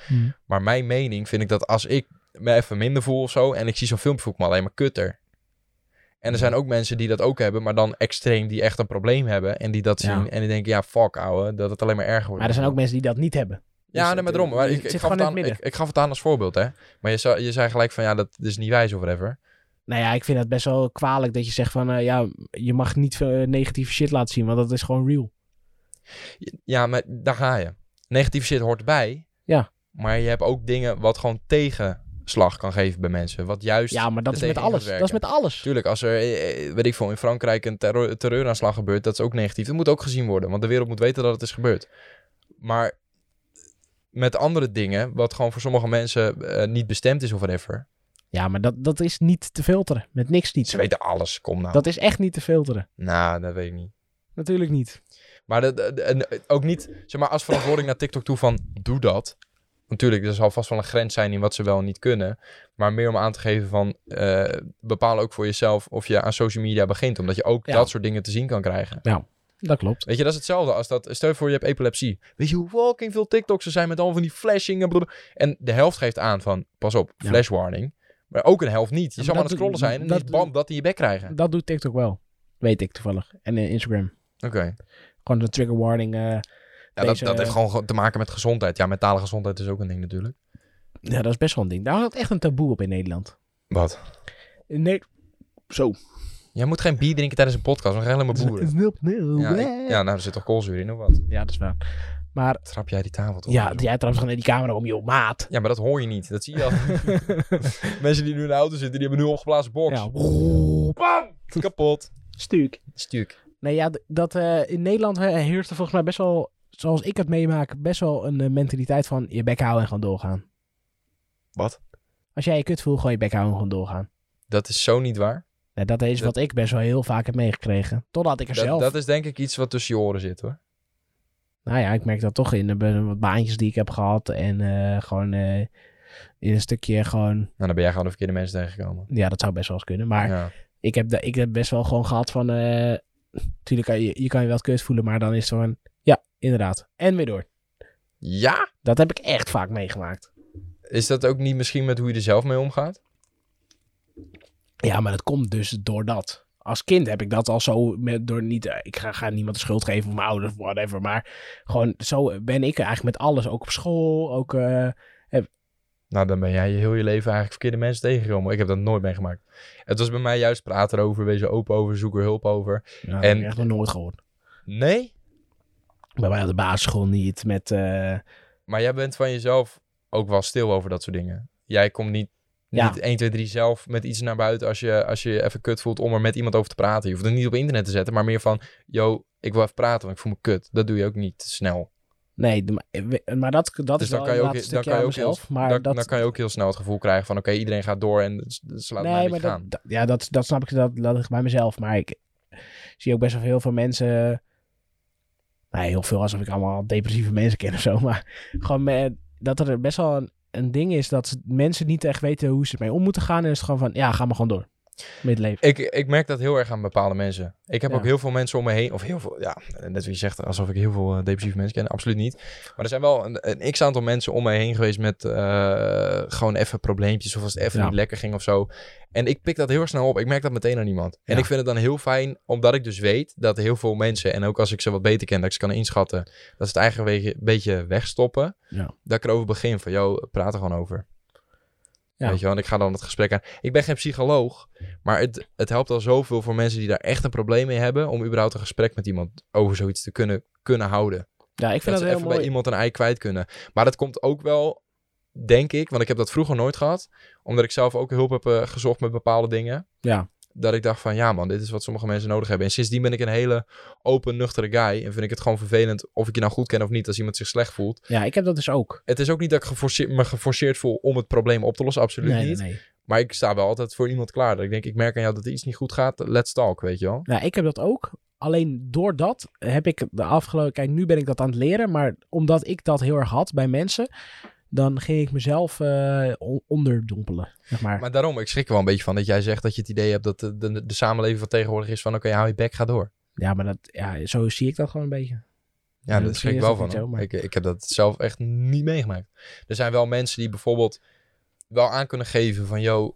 Speaker 1: Maar mijn mening vind ik dat als ik me even minder voel of zo... en ik zie zo'n filmpje, voel ik me alleen maar kutter. En er zijn ook mensen die dat ook hebben... maar dan extreem die echt een probleem hebben... en die dat
Speaker 2: Ja.
Speaker 1: zien en die denken... ja, fuck ouwe, dat het alleen maar erger wordt.
Speaker 2: Maar er zijn ook mensen die dat niet hebben.
Speaker 1: Ja,
Speaker 2: Dus
Speaker 1: nee, maar
Speaker 2: het-
Speaker 1: daarom. Maar
Speaker 2: het
Speaker 1: ik, ik,
Speaker 2: zit
Speaker 1: gaf
Speaker 2: gewoon
Speaker 1: het
Speaker 2: in het
Speaker 1: aan,
Speaker 2: midden.
Speaker 1: ik, ik gaf het aan als voorbeeld, hè. Maar je zei, je zei gelijk van... ja, dat is niet wijs of whatever.
Speaker 2: Nou ja, ik vind het best wel kwalijk dat je zegt van, eh, ja, je mag niet veel eh, negatieve shit laten zien, want dat is gewoon real.
Speaker 1: Ja, maar daar ga je. Negatief shit hoort erbij.
Speaker 2: Ja.
Speaker 1: Maar je hebt ook dingen wat gewoon tegenslag kan geven bij mensen. Wat juist...
Speaker 2: Ja, maar dat
Speaker 1: er
Speaker 2: is met
Speaker 1: tegen in
Speaker 2: alles.
Speaker 1: gaat
Speaker 2: Dat is met
Speaker 1: werken.
Speaker 2: alles.
Speaker 1: Tuurlijk, als er, eh, eh, weet ik veel, in Frankrijk een terreur- terreuraanslag gebeurt, dat is ook negatief. Dat moet ook gezien worden, want de wereld moet weten dat het is gebeurd. Maar met andere dingen, wat gewoon voor sommige mensen eh, niet bestemd is of whatever.
Speaker 2: Ja, maar dat, dat is niet te filteren. Met niks niet.
Speaker 1: Ze weten alles, kom nou.
Speaker 2: Dat is echt niet te filteren.
Speaker 1: Nou, dat weet ik niet.
Speaker 2: Natuurlijk niet.
Speaker 1: eh, Maar dat, dat- en ook niet, zeg maar, als verantwoording naar TikTok toe van, doe dat. natuurlijk, er zal vast wel een grens zijn in wat ze wel en niet kunnen. Maar meer om aan te geven van, eh, bepaal ook voor jezelf of je aan social media begint. Omdat je ook
Speaker 2: Ja.
Speaker 1: dat soort dingen te zien kan krijgen.
Speaker 2: Dat klopt.
Speaker 1: Weet je, dat is hetzelfde als dat. Stel je voor, je hebt epilepsie. Weet je hoe fucking veel TikToks er zijn met al van die flashing en blablabla. En de helft geeft aan van, pas op,
Speaker 2: Ja.
Speaker 1: flash warning. Maar ook een helft niet. Je zal
Speaker 2: Ja, maar
Speaker 1: aan het
Speaker 2: dat-
Speaker 1: scrollen zijn en
Speaker 2: dat-
Speaker 1: die bam, dat in je bek krijgen.
Speaker 2: Dat doet TikTok wel. Weet ik toevallig. En eh, Instagram.
Speaker 1: Oké.
Speaker 2: Gewoon een trigger warning. eh,
Speaker 1: Ja, dat,
Speaker 2: Deze- eh,
Speaker 1: dat heeft gewoon ge- te maken met gezondheid. Ja, mentale gezondheid is ook een ding natuurlijk.
Speaker 2: ja, dat is best wel een ding. Daar had echt een taboe op in Nederland.
Speaker 1: Wat?
Speaker 2: In Ne- Zo.
Speaker 1: Jij moet geen bier drinken tijdens een podcast, want dan ga je helemaal boeren. Ja, ik- ja, nou, er zit toch koolzuur in of wat?
Speaker 2: Ja, dat is waar. Maar
Speaker 1: Trap jij die tafel toch?
Speaker 2: ja, jij trouwens gewoon in die camera om je op maat.
Speaker 1: Ja, maar dat hoor je niet. Dat
Speaker 2: [LAUGHS]
Speaker 1: zie je al. Mensen die nu in de auto zitten, die hebben nu een opgeblazen box.
Speaker 2: Ja.
Speaker 1: Bam! Kapot.
Speaker 2: Stuk.
Speaker 1: Stuk.
Speaker 2: Nee, ja, d- dat, eh, in Nederland eh, heerst er volgens mij best wel, zoals ik het meemaak, best wel een eh, mentaliteit van je bek houden en gewoon doorgaan.
Speaker 1: Wat?
Speaker 2: Als jij je kut voelt, gewoon je bek houden en gewoon doorgaan.
Speaker 1: Dat is zo niet waar.
Speaker 2: Nee, dat is wat ik best wel heel vaak heb meegekregen. Totdat ik er
Speaker 1: Dat,
Speaker 2: zelf...
Speaker 1: dat is denk ik iets wat tussen je oren zit hoor.
Speaker 2: Nou ja, ik merk dat toch in de be- wat baantjes die ik heb gehad. En eh, gewoon eh, in een stukje gewoon...
Speaker 1: Nou, dan ben jij gewoon de verkeerde mensen tegengekomen.
Speaker 2: Ja, dat zou best wel eens kunnen. Maar
Speaker 1: Ja.
Speaker 2: ik, heb, da- ik heb best wel gewoon gehad van... eh tuurlijk, kan je, je kan je wel kut voelen, maar dan is het gewoon... Ja, inderdaad. En weer door.
Speaker 1: ja?
Speaker 2: Dat heb ik echt vaak meegemaakt.
Speaker 1: Is dat ook niet misschien met hoe je er zelf mee omgaat?
Speaker 2: Ja, maar dat komt dus doordat. Als kind heb ik dat al zo, met, door niet, eh, ik ga, ga niemand de schuld geven of mijn ouders, whatever. Maar gewoon zo ben ik eigenlijk met alles, ook op school, ook... eh,
Speaker 1: Nou, dan ben jij je heel je leven eigenlijk verkeerde mensen tegengekomen. Ik heb dat nooit meegemaakt. Het was bij mij juist praten erover, wees er open over, zoek er hulp over.
Speaker 2: ja,
Speaker 1: En-
Speaker 2: en, echt nog nooit gehoord.
Speaker 1: Nee,
Speaker 2: Bij mij op de basisschool niet, met... eh,
Speaker 1: maar jij bent van jezelf ook wel stil over dat soort dingen. Jij komt niet,
Speaker 2: Ja.
Speaker 1: niet 1, 2, 3 zelf met iets naar buiten als je, als je je even kut voelt om er met iemand over te praten. Je hoeft het niet op internet te zetten, maar meer van, yo, ik wil even praten, want ik voel me kut. Dat doe je ook niet snel.
Speaker 2: nee, de- maar, we- maar dat, dat
Speaker 1: Dus
Speaker 2: is
Speaker 1: dan
Speaker 2: wel
Speaker 1: kan je ook-
Speaker 2: een
Speaker 1: dan
Speaker 2: stukje
Speaker 1: kan
Speaker 2: aan
Speaker 1: je ook heel-
Speaker 2: mezelf. Maar
Speaker 1: dan,
Speaker 2: dat,
Speaker 1: dan kan je ook heel snel het gevoel krijgen van... oké, iedereen gaat door en s- s- laat mij
Speaker 2: nee,
Speaker 1: niet
Speaker 2: maar
Speaker 1: gaan.
Speaker 2: dat, dat- ja, dat, dat snap ik dat, dat ligt bij mezelf. Maar ik zie ook best wel heel veel mensen. Nee, heel veel alsof ik allemaal depressieve mensen ken of zo. Maar gewoon me- dat er best wel een, een ding is dat ze- mensen niet echt weten hoe ze ermee om moeten gaan. En is het gewoon van, ja, ga maar gewoon door. Met het leven.
Speaker 1: Ik, ik merk dat heel erg aan bepaalde mensen. Ik heb
Speaker 2: Ja.
Speaker 1: ook heel veel mensen om me heen... of heel veel, ja, net wie je zegt... alsof ik heel veel eh, depressieve mensen ken. Absoluut niet. Maar er zijn wel een, een x-aantal mensen om me heen geweest... met eh, gewoon even probleempjes... of als het even
Speaker 2: Ja.
Speaker 1: niet lekker ging of zo. En ik pik dat heel snel op. Ik merk dat meteen aan iemand. En
Speaker 2: Ja.
Speaker 1: ik vind het dan heel fijn... omdat ik dus weet dat heel veel mensen... en ook als ik ze wat beter ken... dat ik ze kan inschatten... dat ze het eigen wege- beetje wegstoppen.
Speaker 2: Ja.
Speaker 1: Dat ik erover begin van... joh, praat er gewoon over.
Speaker 2: Ja.
Speaker 1: Weet je wel, en ik ga dan het gesprek aan. Ik ben geen psycholoog, maar het, het helpt al zoveel voor mensen die daar echt een probleem mee hebben. om überhaupt een gesprek met iemand over zoiets te kunnen, kunnen houden.
Speaker 2: Ja, ik
Speaker 1: dat
Speaker 2: vind dat,
Speaker 1: ze
Speaker 2: heel
Speaker 1: even
Speaker 2: mooi.
Speaker 1: bij iemand een ei kwijt kunnen. Maar dat komt ook wel, denk ik, want ik heb dat vroeger nooit gehad. omdat ik zelf ook hulp heb eh, gezocht met bepaalde dingen.
Speaker 2: Ja.
Speaker 1: Dat ik dacht van ja, man, dit is wat sommige mensen nodig hebben. En sindsdien ben ik een hele open, nuchtere guy. En vind ik het gewoon vervelend of ik je nou goed ken of niet als iemand zich slecht voelt.
Speaker 2: Ja, ik heb dat dus ook.
Speaker 1: Het is ook niet dat ik geforceerd, me geforceerd voel om het probleem op te lossen. Absoluut
Speaker 2: Nee,
Speaker 1: niet.
Speaker 2: nee, nee.
Speaker 1: Maar ik sta wel altijd voor iemand klaar. Dat ik denk, ik merk aan jou dat er iets niet goed gaat. Let's talk, weet je wel.
Speaker 2: Nou, ik heb dat ook. Alleen door dat heb ik de afgelopen... Kijk, nu ben ik dat aan het leren. Maar omdat ik dat heel erg had bij mensen... dan ging ik mezelf eh, on- onderdompelen, zeg maar.
Speaker 1: Maar daarom, ik schrik er wel een beetje van dat jij zegt dat je het idee hebt dat de, de, de samenleving van tegenwoordig is van oké, hou je bek, ga door.
Speaker 2: Ja, maar dat, ja, zo zie ik dat gewoon een beetje.
Speaker 1: Ja,
Speaker 2: Ja,
Speaker 1: daar
Speaker 2: misschien
Speaker 1: schrik ik
Speaker 2: is
Speaker 1: wel
Speaker 2: dat
Speaker 1: van.
Speaker 2: niet
Speaker 1: hoor.
Speaker 2: zo, maar-
Speaker 1: ik, ik heb dat zelf echt niet meegemaakt. Er zijn wel mensen die bijvoorbeeld wel aan kunnen geven van yo,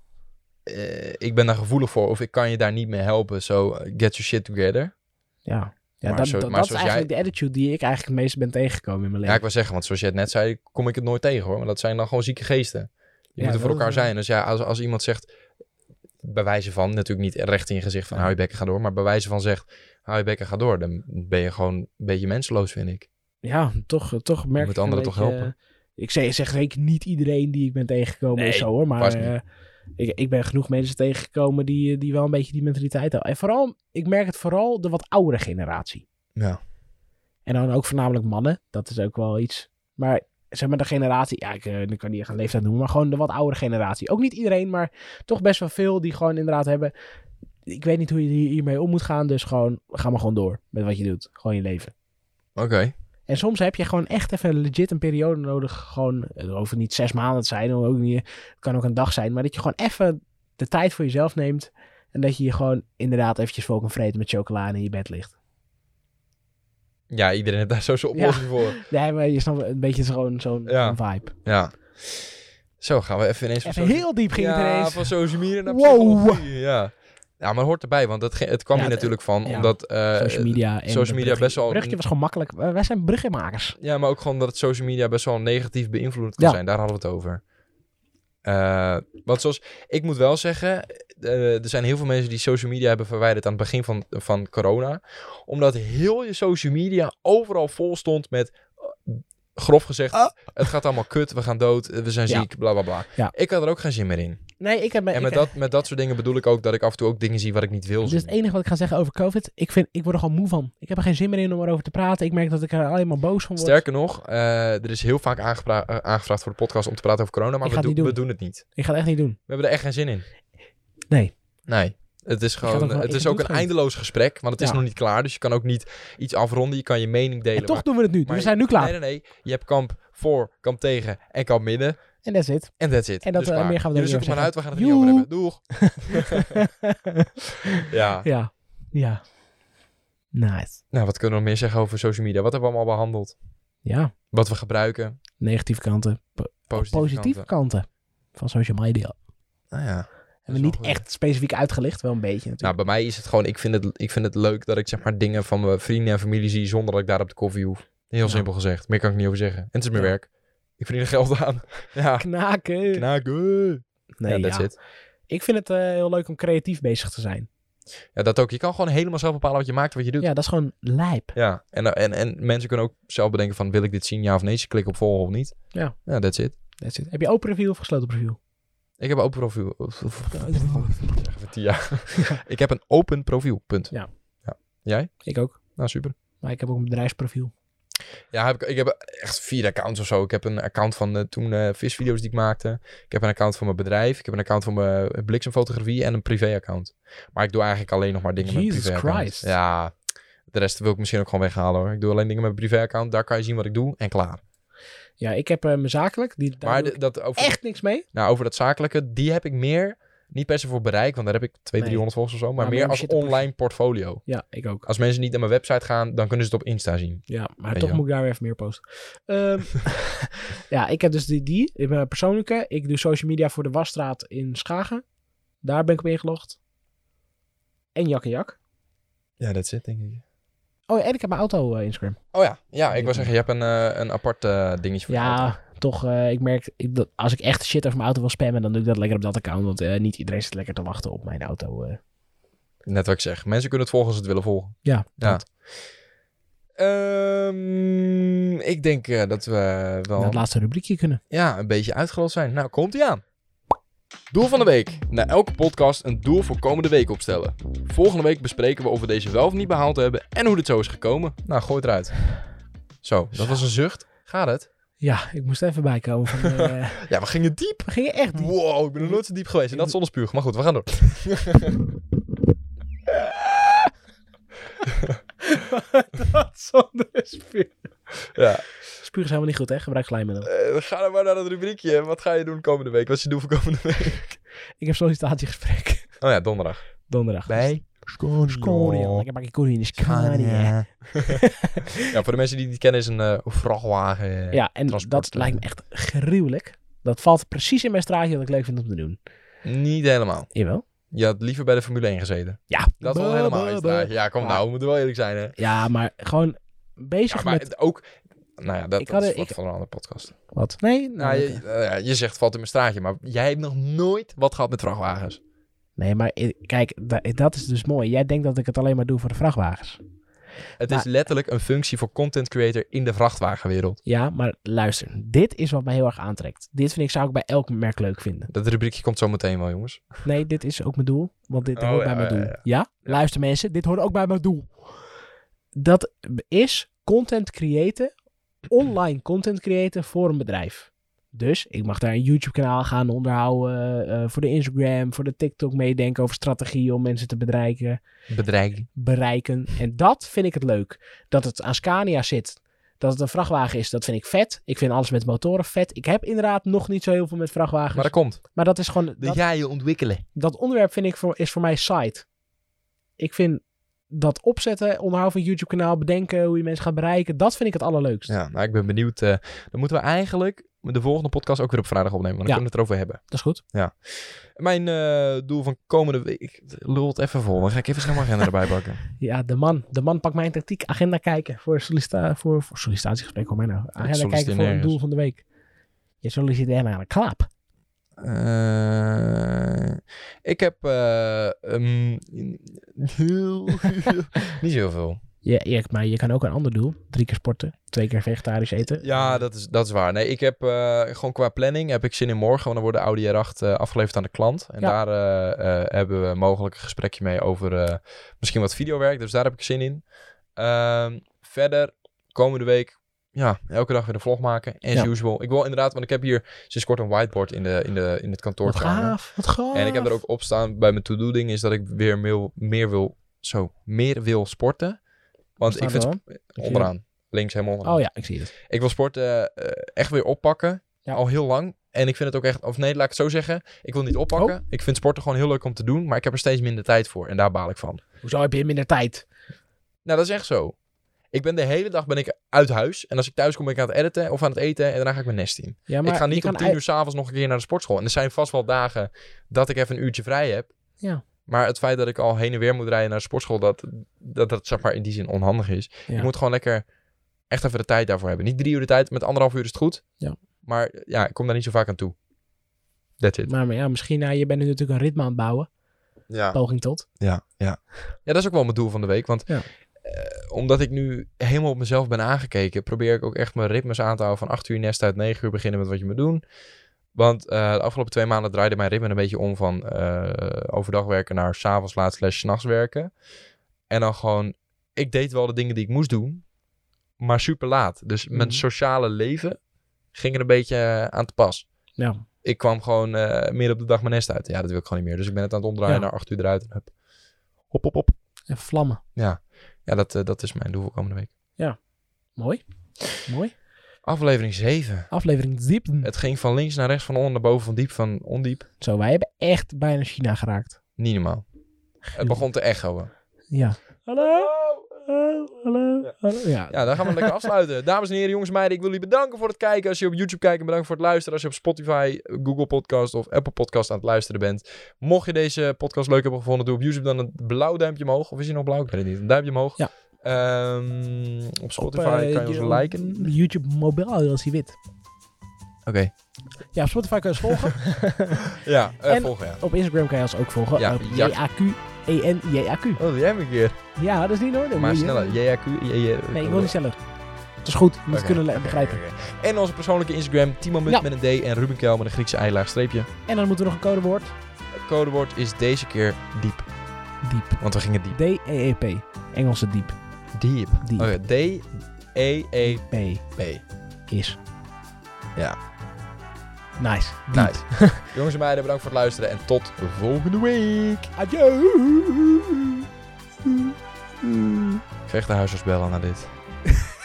Speaker 1: eh, ik ben daar gevoelig voor of ik kan je daar niet mee helpen. So eh, get your shit together.
Speaker 2: Ja, ja
Speaker 1: Maar
Speaker 2: dat,
Speaker 1: zo-
Speaker 2: dat,
Speaker 1: maar
Speaker 2: dat is
Speaker 1: zoals
Speaker 2: eigenlijk de attitude die ik eigenlijk het meest ben tegengekomen in mijn
Speaker 1: Ja,
Speaker 2: leven.
Speaker 1: ik wil zeggen, want zoals je het net zei, kom ik het nooit tegen hoor. Maar dat zijn dan gewoon zieke geesten. Je
Speaker 2: Ja,
Speaker 1: moet er voor
Speaker 2: dat is
Speaker 1: elkaar
Speaker 2: waar.
Speaker 1: zijn. Dus ja, als, als iemand zegt, bij wijze van, natuurlijk niet recht in je gezicht van
Speaker 2: Ja.
Speaker 1: hou je bekken, ga door. Maar bij wijze van zegt, hou je bekken, ga door. Dan ben je gewoon een beetje menseloos, vind ik.
Speaker 2: Ja, toch, eh, toch merk
Speaker 1: moet
Speaker 2: ik een
Speaker 1: anderen toch
Speaker 2: beetje- eh,
Speaker 1: helpen.
Speaker 2: Ik zeg, zeg zeker niet iedereen die ik ben tegengekomen
Speaker 1: Nee,
Speaker 2: is zo hoor. Maar
Speaker 1: vast niet.
Speaker 2: eh, ik, ik ben genoeg mensen tegengekomen die, eh, die wel een beetje die mentaliteit hebben. En vooral, ik merk het vooral de wat oudere generatie.
Speaker 1: Ja.
Speaker 2: En dan ook voornamelijk mannen. Dat is ook wel iets. Maar zeg maar de generatie, ja ik, eh, ik kan niet echt een leeftijd noemen, maar gewoon de wat oudere generatie. Ook niet iedereen, maar toch best wel veel die gewoon inderdaad hebben... Ik weet niet hoe je hier- hiermee om moet gaan, dus gewoon ga maar gewoon door met wat je doet. Gewoon je leven.
Speaker 1: Oké.
Speaker 2: En soms heb je gewoon echt even legit een periode nodig. Gewoon, eh, hoeft het niet zes maanden te zijn. Of ook niet, het kan ook een dag zijn. Maar dat je gewoon even de tijd voor jezelf neemt. En dat je je gewoon inderdaad eventjes voor kan vreten met chocola en in je bed ligt.
Speaker 1: Ja, iedereen heeft daar zo zijn
Speaker 2: Ja.
Speaker 1: oplossing voor.
Speaker 2: Nee, maar je snapt een beetje zo'n zo'n
Speaker 1: Ja.
Speaker 2: zo'n vibe.
Speaker 1: Ja. Zo, gaan we even ineens... van
Speaker 2: Even
Speaker 1: soci-
Speaker 2: heel diep ging het
Speaker 1: ja,
Speaker 2: ineens.
Speaker 1: van social media naar
Speaker 2: Wow.
Speaker 1: psychologie, Ja. ja, maar hoort erbij, want het, ge- het kwam
Speaker 2: Ja,
Speaker 1: hier
Speaker 2: het-
Speaker 1: natuurlijk van,
Speaker 2: ja.
Speaker 1: omdat... eh,
Speaker 2: social media. En
Speaker 1: social
Speaker 2: de
Speaker 1: media
Speaker 2: bruggen-
Speaker 1: best wel-
Speaker 2: bruggetje was gewoon makkelijk. Eh, Wij zijn bruggenmakers.
Speaker 1: Ja, maar ook gewoon dat het social media best wel negatief beïnvloedend kan
Speaker 2: Ja.
Speaker 1: zijn. Daar hadden we het over. Eh, want zoals, ik moet wel zeggen, eh, er zijn heel veel mensen die social media hebben verwijderd aan het begin van, van corona. Omdat heel je social media overal vol stond met, eh, grof gezegd,
Speaker 2: Ah.
Speaker 1: het gaat allemaal kut, we gaan dood, eh, we zijn
Speaker 2: Ja.
Speaker 1: ziek, bla bla bla.
Speaker 2: Ja.
Speaker 1: Ik had er ook geen zin meer in.
Speaker 2: Nee, ik heb
Speaker 1: En met dat, met dat soort dingen bedoel ik ook dat ik af en toe ook dingen zie wat ik niet wil
Speaker 2: Dus
Speaker 1: zien.
Speaker 2: het enige wat ik ga zeggen over COVID. Ik, vind, ik word er gewoon moe van. Ik heb er geen zin meer in om erover te praten. Ik merk dat ik er alleen maar boos van word.
Speaker 1: Sterker nog, eh, er is heel vaak aangepra- eh, aangevraagd voor de podcast om te praten over corona, maar we,
Speaker 2: Ik ga het
Speaker 1: doen-
Speaker 2: niet
Speaker 1: we
Speaker 2: doen.
Speaker 1: doen het niet.
Speaker 2: Ik ga het echt niet doen.
Speaker 1: We hebben er echt geen zin in.
Speaker 2: Nee.
Speaker 1: Nee. Het is
Speaker 2: ga
Speaker 1: gewoon,
Speaker 2: dat wel-
Speaker 1: het
Speaker 2: ik
Speaker 1: is
Speaker 2: doe
Speaker 1: ook een
Speaker 2: het gewoon.
Speaker 1: eindeloos gesprek, want het is
Speaker 2: Ja.
Speaker 1: nog niet klaar. Dus je kan ook niet iets afronden. Je kan je mening delen.
Speaker 2: En toch
Speaker 1: maar-
Speaker 2: doen we het nu.
Speaker 1: maar-
Speaker 2: we zijn nu klaar.
Speaker 1: Nee, nee, nee. Je hebt kamp voor, kamp tegen en kamp midden.
Speaker 2: En that's it.
Speaker 1: En that's it.
Speaker 2: En dat,
Speaker 1: dus
Speaker 2: eh,
Speaker 1: klaar.
Speaker 2: meer gaan we er
Speaker 1: Jullie
Speaker 2: niet
Speaker 1: zoeken maar
Speaker 2: over
Speaker 1: uit. We gaan het er niet over hebben. Doeg. [LAUGHS] Ja.
Speaker 2: ja. Ja. Nice.
Speaker 1: Nou, wat kunnen we nog meer zeggen over social media? Wat hebben we allemaal behandeld?
Speaker 2: Ja.
Speaker 1: Wat we gebruiken?
Speaker 2: Negatieve kanten. po-
Speaker 1: Positieve,
Speaker 2: positieve kanten.
Speaker 1: kanten.
Speaker 2: van social media.
Speaker 1: Nou ja.
Speaker 2: Hebben we
Speaker 1: wel
Speaker 2: niet
Speaker 1: goed.
Speaker 2: echt specifiek uitgelicht. Wel een beetje
Speaker 1: Nou,
Speaker 2: natuurlijk.
Speaker 1: bij mij is het gewoon... Ik vind het, ik vind het leuk dat ik zeg maar dingen van mijn vrienden en familie zie... zonder dat ik daar op de koffie hoef. Heel
Speaker 2: Ja.
Speaker 1: simpel gezegd. Meer kan ik niet over zeggen. En het is mijn
Speaker 2: Ja.
Speaker 1: werk. Ik verdien er geld
Speaker 2: [LAUGHS]
Speaker 1: aan. Ja.
Speaker 2: Knaken.
Speaker 1: Knaken.
Speaker 2: nee,
Speaker 1: Nou, ja, that's
Speaker 2: ja.
Speaker 1: it.
Speaker 2: Ik vind het eh, heel leuk om creatief bezig te zijn.
Speaker 1: Ja, dat ook. Je kan gewoon helemaal zelf bepalen wat je maakt, wat je doet. Ja.
Speaker 2: Ja, dat is gewoon lijp.
Speaker 1: En, en, en mensen kunnen ook zelf bedenken van, wil ik dit zien, ja of nee? Ze klikken op volgen of niet.
Speaker 2: Ja.
Speaker 1: Ja, that's it.
Speaker 2: That's it. Heb je open review of gesloten review?
Speaker 1: Ik heb een open profiel. [LAUGHS] Zeg even tien jaar. [LAUGHS] Ik heb een open profiel, punt.
Speaker 2: Ja.
Speaker 1: ja. Jij?
Speaker 2: Ik ook.
Speaker 1: Nou, super.
Speaker 2: Maar ik heb ook een bedrijfsprofiel.
Speaker 1: Ja, heb ik, ik heb echt vier accounts of zo. Ik heb een account van eh, toen eh, visvideo's die ik maakte. Ik heb een account van mijn bedrijf. Ik heb een account van mijn eh, bliksemfotografie en een privé-account. Maar ik doe eigenlijk alleen nog maar dingen met
Speaker 2: Jesus
Speaker 1: mijn privé-account.
Speaker 2: Christ.
Speaker 1: Ja, de rest wil ik misschien ook gewoon weghalen hoor. Ik doe alleen dingen met mijn privé-account. Daar kan je zien wat ik doe en klaar.
Speaker 2: Ja, ik heb eh, mijn zakelijk. Die, daar
Speaker 1: maar
Speaker 2: doe ik
Speaker 1: de- dat over,
Speaker 2: echt niks mee.
Speaker 1: nou, over dat zakelijke, die heb ik meer... Niet per se voor bereik, want daar heb ik 200,
Speaker 2: Nee. Nou,
Speaker 1: 300 volgers of zo. Maar,
Speaker 2: Maar
Speaker 1: meer
Speaker 2: meer
Speaker 1: als
Speaker 2: shit op-
Speaker 1: online portfolio.
Speaker 2: Ja, ik ook.
Speaker 1: Als mensen niet naar mijn website gaan, dan kunnen ze het op Insta zien.
Speaker 2: Ja, maar
Speaker 1: Ja,
Speaker 2: toch
Speaker 1: ja.
Speaker 2: moet ik daar weer even meer
Speaker 1: [LAUGHS]
Speaker 2: posten. Ehm, ja, ik heb dus die, die in mijn persoonlijke. Ik doe social media voor de wasstraat in Schagen. Daar ben ik op ingelogd. En Jak en Jak.
Speaker 1: Ja, dat zit denk ik.
Speaker 2: Oh, ja, en ik heb mijn auto eh, Instagram.
Speaker 1: Oh ja, ja ik wil zeggen, je hebt een, eh, een apart eh, dingetje voor je auto.
Speaker 2: Ja, toch. eh, ik merk ik- dat als ik echt shit over mijn auto wil spammen, dan doe ik dat lekker op dat account. Want eh, niet iedereen zit lekker te wachten op mijn auto. eh.
Speaker 1: Net wat ik zeg. Mensen kunnen het volgen als ze het willen volgen.
Speaker 2: Ja,
Speaker 1: Ja.
Speaker 2: dat.
Speaker 1: Ehm, ik denk eh, dat we wel
Speaker 2: Naar het laatste rubriekje kunnen.
Speaker 1: ja, een beetje uitgelost zijn. Nou, komt ie aan. Doel van de week. Na elke podcast een doel voor komende week opstellen. Volgende week bespreken we of we deze wel of niet behaald hebben en hoe dit zo is gekomen. Nou, gooi het eruit. Zo, dat was een zucht. Gaat het?
Speaker 2: Ja, ik moest er even bijkomen. Van, eh,
Speaker 1: [LAUGHS] Ja, we gingen diep.
Speaker 2: we gingen echt diep.
Speaker 1: Wow, ik ben nog nooit zo diep geweest. En dat zonder spuug. Maar goed, we gaan door.
Speaker 2: dat zonder [LAUGHS] spuur.
Speaker 1: Ja.
Speaker 2: Spuur is helemaal niet goed, hè? Gebruik glijmiddel.
Speaker 1: Eh, we gaan dan maar naar het rubriekje. Wat ga je doen komende week? Wat is je doel voor komende week?
Speaker 2: Ik heb sollicitatiegesprek
Speaker 1: [LAUGHS]
Speaker 2: [LAUGHS]
Speaker 1: Oh ja, donderdag.
Speaker 2: donderdag. Dus
Speaker 1: Scania.
Speaker 2: Scania. Ik heb een koerie in de Scania. [LAUGHS]
Speaker 1: ja, voor de mensen die het niet kennen, is een eh, vrachtwagen.
Speaker 2: Ja, en
Speaker 1: Transport,
Speaker 2: dat
Speaker 1: eh.
Speaker 2: lijkt me echt gruwelijk. Dat valt precies in mijn straatje wat ik leuk vind om te doen.
Speaker 1: Niet helemaal.
Speaker 2: Jawel?
Speaker 1: Je had liever bij de Formule 1 gezeten.
Speaker 2: Ja.
Speaker 1: Dat is
Speaker 2: Ba,
Speaker 1: wel helemaal
Speaker 2: ba,
Speaker 1: iets.
Speaker 2: ba.
Speaker 1: daar. Ja, kom
Speaker 2: Ja.
Speaker 1: nou, we moeten wel eerlijk zijn. Hè?
Speaker 2: Ja, maar gewoon bezig
Speaker 1: Ja, maar
Speaker 2: met...
Speaker 1: het ook... Nou ja, dat,
Speaker 2: Ik
Speaker 1: dat
Speaker 2: had-
Speaker 1: is wat
Speaker 2: ik-
Speaker 1: voor een andere podcast.
Speaker 2: Wat? Nee?
Speaker 1: Nou,
Speaker 2: nee,
Speaker 1: je,
Speaker 2: oké.
Speaker 1: eh, ja, je zegt valt in mijn straatje, maar jij hebt nog nooit wat gehad met vrachtwagens.
Speaker 2: Nee, maar i- kijk, da- dat is dus mooi. Jij denkt dat ik het alleen maar doe voor de vrachtwagens.
Speaker 1: Het is
Speaker 2: Maar-
Speaker 1: letterlijk een functie voor content creator in de vrachtwagenwereld.
Speaker 2: Ja, maar luister. Dit is wat mij heel erg aantrekt. Dit vind ik, zou ik bij elk merk leuk vinden.
Speaker 1: Dat rubriekje komt zo meteen wel, jongens.
Speaker 2: Nee, dit is ook mijn doel. Want dit
Speaker 1: Oh,
Speaker 2: hoort
Speaker 1: ja,
Speaker 2: bij mijn
Speaker 1: ja,
Speaker 2: doel.
Speaker 1: ja,
Speaker 2: Ja, Luister mensen, dit hoort ook bij mijn doel. Dat is content creëren, online content creëren voor een bedrijf. Dus ik mag daar een YouTube-kanaal gaan onderhouden. eh, voor de Instagram, voor de TikTok meedenken over strategieën om mensen te bereiken.
Speaker 1: Bedreiging.
Speaker 2: bereiken. En dat vind ik het leuk. Dat het aan Scania zit. Dat het een vrachtwagen is, dat vind ik vet. Ik vind alles met motoren vet. Ik heb inderdaad nog niet zo heel veel met vrachtwagens.
Speaker 1: Maar
Speaker 2: Maar
Speaker 1: dat
Speaker 2: dat,
Speaker 1: komt.
Speaker 2: is gewoon...
Speaker 1: Dat
Speaker 2: Dat,
Speaker 1: ga Dus je ontwikkelen.
Speaker 2: dat onderwerp vind ik voor, is voor mij site. Ik vind dat opzetten, onderhouden van YouTube kanaal, bedenken hoe je mensen gaat bereiken. Dat vind ik het allerleukst.
Speaker 1: Ja, nou, ik ben benieuwd. eh, dan moeten we eigenlijk de volgende podcast ook weer op vrijdag opnemen. Want dan
Speaker 2: Ja.
Speaker 1: kunnen we het erover hebben.
Speaker 2: Dat is goed.
Speaker 1: Mijn eh, doel van komende week... Ik lul het even vol. Dan ga ik even snel mijn agenda [LAUGHS] erbij pakken.
Speaker 2: Ja, de man. De man pakt mijn tactiek. Agenda kijken voor, sollicita voor, voor sollicitatiegesprek. Hoor mij nou. Agenda
Speaker 1: solliciteer
Speaker 2: kijken voor het
Speaker 1: nergens.
Speaker 2: doel van de week. Je solliciteert naar een klap.
Speaker 1: Eh, ik heb... eh, ehm, [LAUGHS] heel- [LAUGHS] niet zo heel veel.
Speaker 2: Ja, ja, maar je kan ook een ander doel. Drie keer sporten. Twee keer vegetarisch eten.
Speaker 1: Ja, dat is, dat is waar. Nee, ik heb eh, gewoon qua planning heb ik zin in morgen. Want dan wordt de Audi R8 eh, afgeleverd aan de klant. En
Speaker 2: Ja.
Speaker 1: daar eh, eh, hebben we mogelijk een gesprekje mee over eh, misschien wat videowerk. Dus daar heb ik zin in. Ehm, verder, komende week, ja, elke dag weer een vlog maken. As
Speaker 2: Ja.
Speaker 1: usual. Ik wil inderdaad, want ik heb hier sinds kort een whiteboard in, de, in, de, in het kantoor.
Speaker 2: Wat gaaf. Wat gaaf.
Speaker 1: En ik heb er ook op staan bij mijn to-do ding is dat ik weer meer, meer wil, zo, meer wil sporten. Want ik
Speaker 2: Staat
Speaker 1: vind
Speaker 2: er
Speaker 1: sp-
Speaker 2: wel?
Speaker 1: onderaan, links helemaal onderaan.
Speaker 2: Oh ja, ik zie het.
Speaker 1: Ik wil sport eh, eh, echt weer oppakken.
Speaker 2: Ja.
Speaker 1: Al heel lang. En ik vind het ook echt, of nee, laat ik het zo zeggen. Ik wil niet oppakken. Ik vind sporten gewoon heel leuk om te doen. Maar ik heb er steeds minder tijd voor. En daar baal ik van.
Speaker 2: Hoezo heb je minder tijd?
Speaker 1: Nou, dat is echt zo. Ik ben de hele dag ben ik uit huis. En als ik thuis kom ben ik aan het editen of aan het eten. En daarna ga ik mijn nest in.
Speaker 2: Ja,
Speaker 1: ik ga niet
Speaker 2: je
Speaker 1: om
Speaker 2: kan
Speaker 1: tien
Speaker 2: ei-
Speaker 1: uur s'avonds nog een keer naar de sportschool. En er zijn vast wel dagen dat ik even een uurtje vrij heb.
Speaker 2: Ja.
Speaker 1: Maar het feit dat ik al heen en weer moet rijden naar de sportschool. Dat dat, dat zeg maar in die zin onhandig is.
Speaker 2: Ja.
Speaker 1: Je moet gewoon lekker echt even de tijd daarvoor hebben. Niet drie uur de tijd, met anderhalf uur is het goed.
Speaker 2: Ja.
Speaker 1: Maar ja, ik kom daar niet zo vaak aan toe. That's it.
Speaker 2: Maar, maar ja, misschien, nou, je bent nu natuurlijk een ritme aan het bouwen.
Speaker 1: Ja.
Speaker 2: Poging tot.
Speaker 1: Ja, ja. ja, dat is ook wel mijn doel van de week. Want
Speaker 2: Ja.
Speaker 1: eh, omdat ik nu helemaal op mezelf ben aangekeken, probeer ik ook echt mijn ritmes aan te houden. Van 8 uur nest uit 9 uur beginnen met wat je moet doen. Want eh, de afgelopen twee maanden draaide mijn ritme een beetje om van eh, overdag werken naar 's avonds laat slash 's nachts werken. En dan gewoon, ik deed wel de dingen die ik moest doen, maar super laat. Dus mijn
Speaker 2: Mhm.
Speaker 1: sociale leven ging er een beetje eh, aan te pas
Speaker 2: Ja.
Speaker 1: ik kwam gewoon eh midden op de dag mijn nest uit. Ja, dat wil ik gewoon niet meer. Dus ik ben het aan het omdraaien
Speaker 2: Ja.
Speaker 1: naar acht uur eruit. En hup. Hop, hop, hop.
Speaker 2: Even vlammen.
Speaker 1: Ja, dat, eh, dat is mijn doel voor komende week.
Speaker 2: Mooi. Mooi.
Speaker 1: Aflevering 7.
Speaker 2: Aflevering diep.
Speaker 1: Het ging van links naar rechts, van onder naar boven, van diep, van ondiep.
Speaker 2: Zo, wij hebben echt bijna China geraakt.
Speaker 1: Niet normaal. Het begon te echoen.
Speaker 2: Ja. Hallo. Hallo. Hallo. hallo. Ja.
Speaker 1: Ja, dan gaan we lekker
Speaker 2: [LAUGHS]
Speaker 1: afsluiten. Dames en heren, jongens en meiden, ik wil jullie bedanken voor het kijken. Als je op YouTube kijkt, en bedankt voor het luisteren. Als je op Spotify, Google Podcast of Apple Podcast aan het luisteren bent. Mocht je deze podcast leuk hebben gevonden, doe op YouTube dan een blauw duimpje omhoog. Of is hij nog blauw? Ik weet het niet. Een duimpje omhoog.
Speaker 2: Ja.
Speaker 1: Ehm, op Spotify
Speaker 2: eh,
Speaker 1: kan je ons
Speaker 2: je-
Speaker 1: liken. Oké.
Speaker 2: YouTube mobiel oh, als hij wit. Ja, op Spotify kan je ons
Speaker 1: [LAUGHS]
Speaker 2: volgen.
Speaker 1: Ja, eh,
Speaker 2: En-
Speaker 1: volgen ja.
Speaker 2: op Instagram kan je ons ook volgen.
Speaker 1: Ja,
Speaker 2: op
Speaker 1: ja.
Speaker 2: JAQ. E-N-J-A-Q.
Speaker 1: Oh, doe jij hem een keer.
Speaker 2: Ja, dat is niet nodig.
Speaker 1: Maar
Speaker 2: Moet je-
Speaker 1: sneller. JAQ.
Speaker 2: Oh, Nee, ik wil niet sneller. Het is goed. Je moet het
Speaker 1: Oké,
Speaker 2: kunnen le- begrijpen.
Speaker 1: En onze persoonlijke Instagram, Timo Munt
Speaker 2: Ja.
Speaker 1: met een D en Ruben Kuil met een Griekse eilaag streepje.
Speaker 2: En dan moeten we nog een codewoord.
Speaker 1: Het codewoord is deze keer diep,
Speaker 2: Diep.
Speaker 1: want we gingen diep.
Speaker 2: D-E-E-P. Engelse diep.
Speaker 1: Diep.
Speaker 2: Diep.
Speaker 1: Oké, E, D-E-E-P.
Speaker 2: P. Is.
Speaker 1: Ja.
Speaker 2: Nice. Diep.
Speaker 1: Nice. Jongens en meiden, bedankt voor het luisteren en tot volgende week.
Speaker 2: Adieu.
Speaker 1: Ik vecht de huisarts bellen naar dit.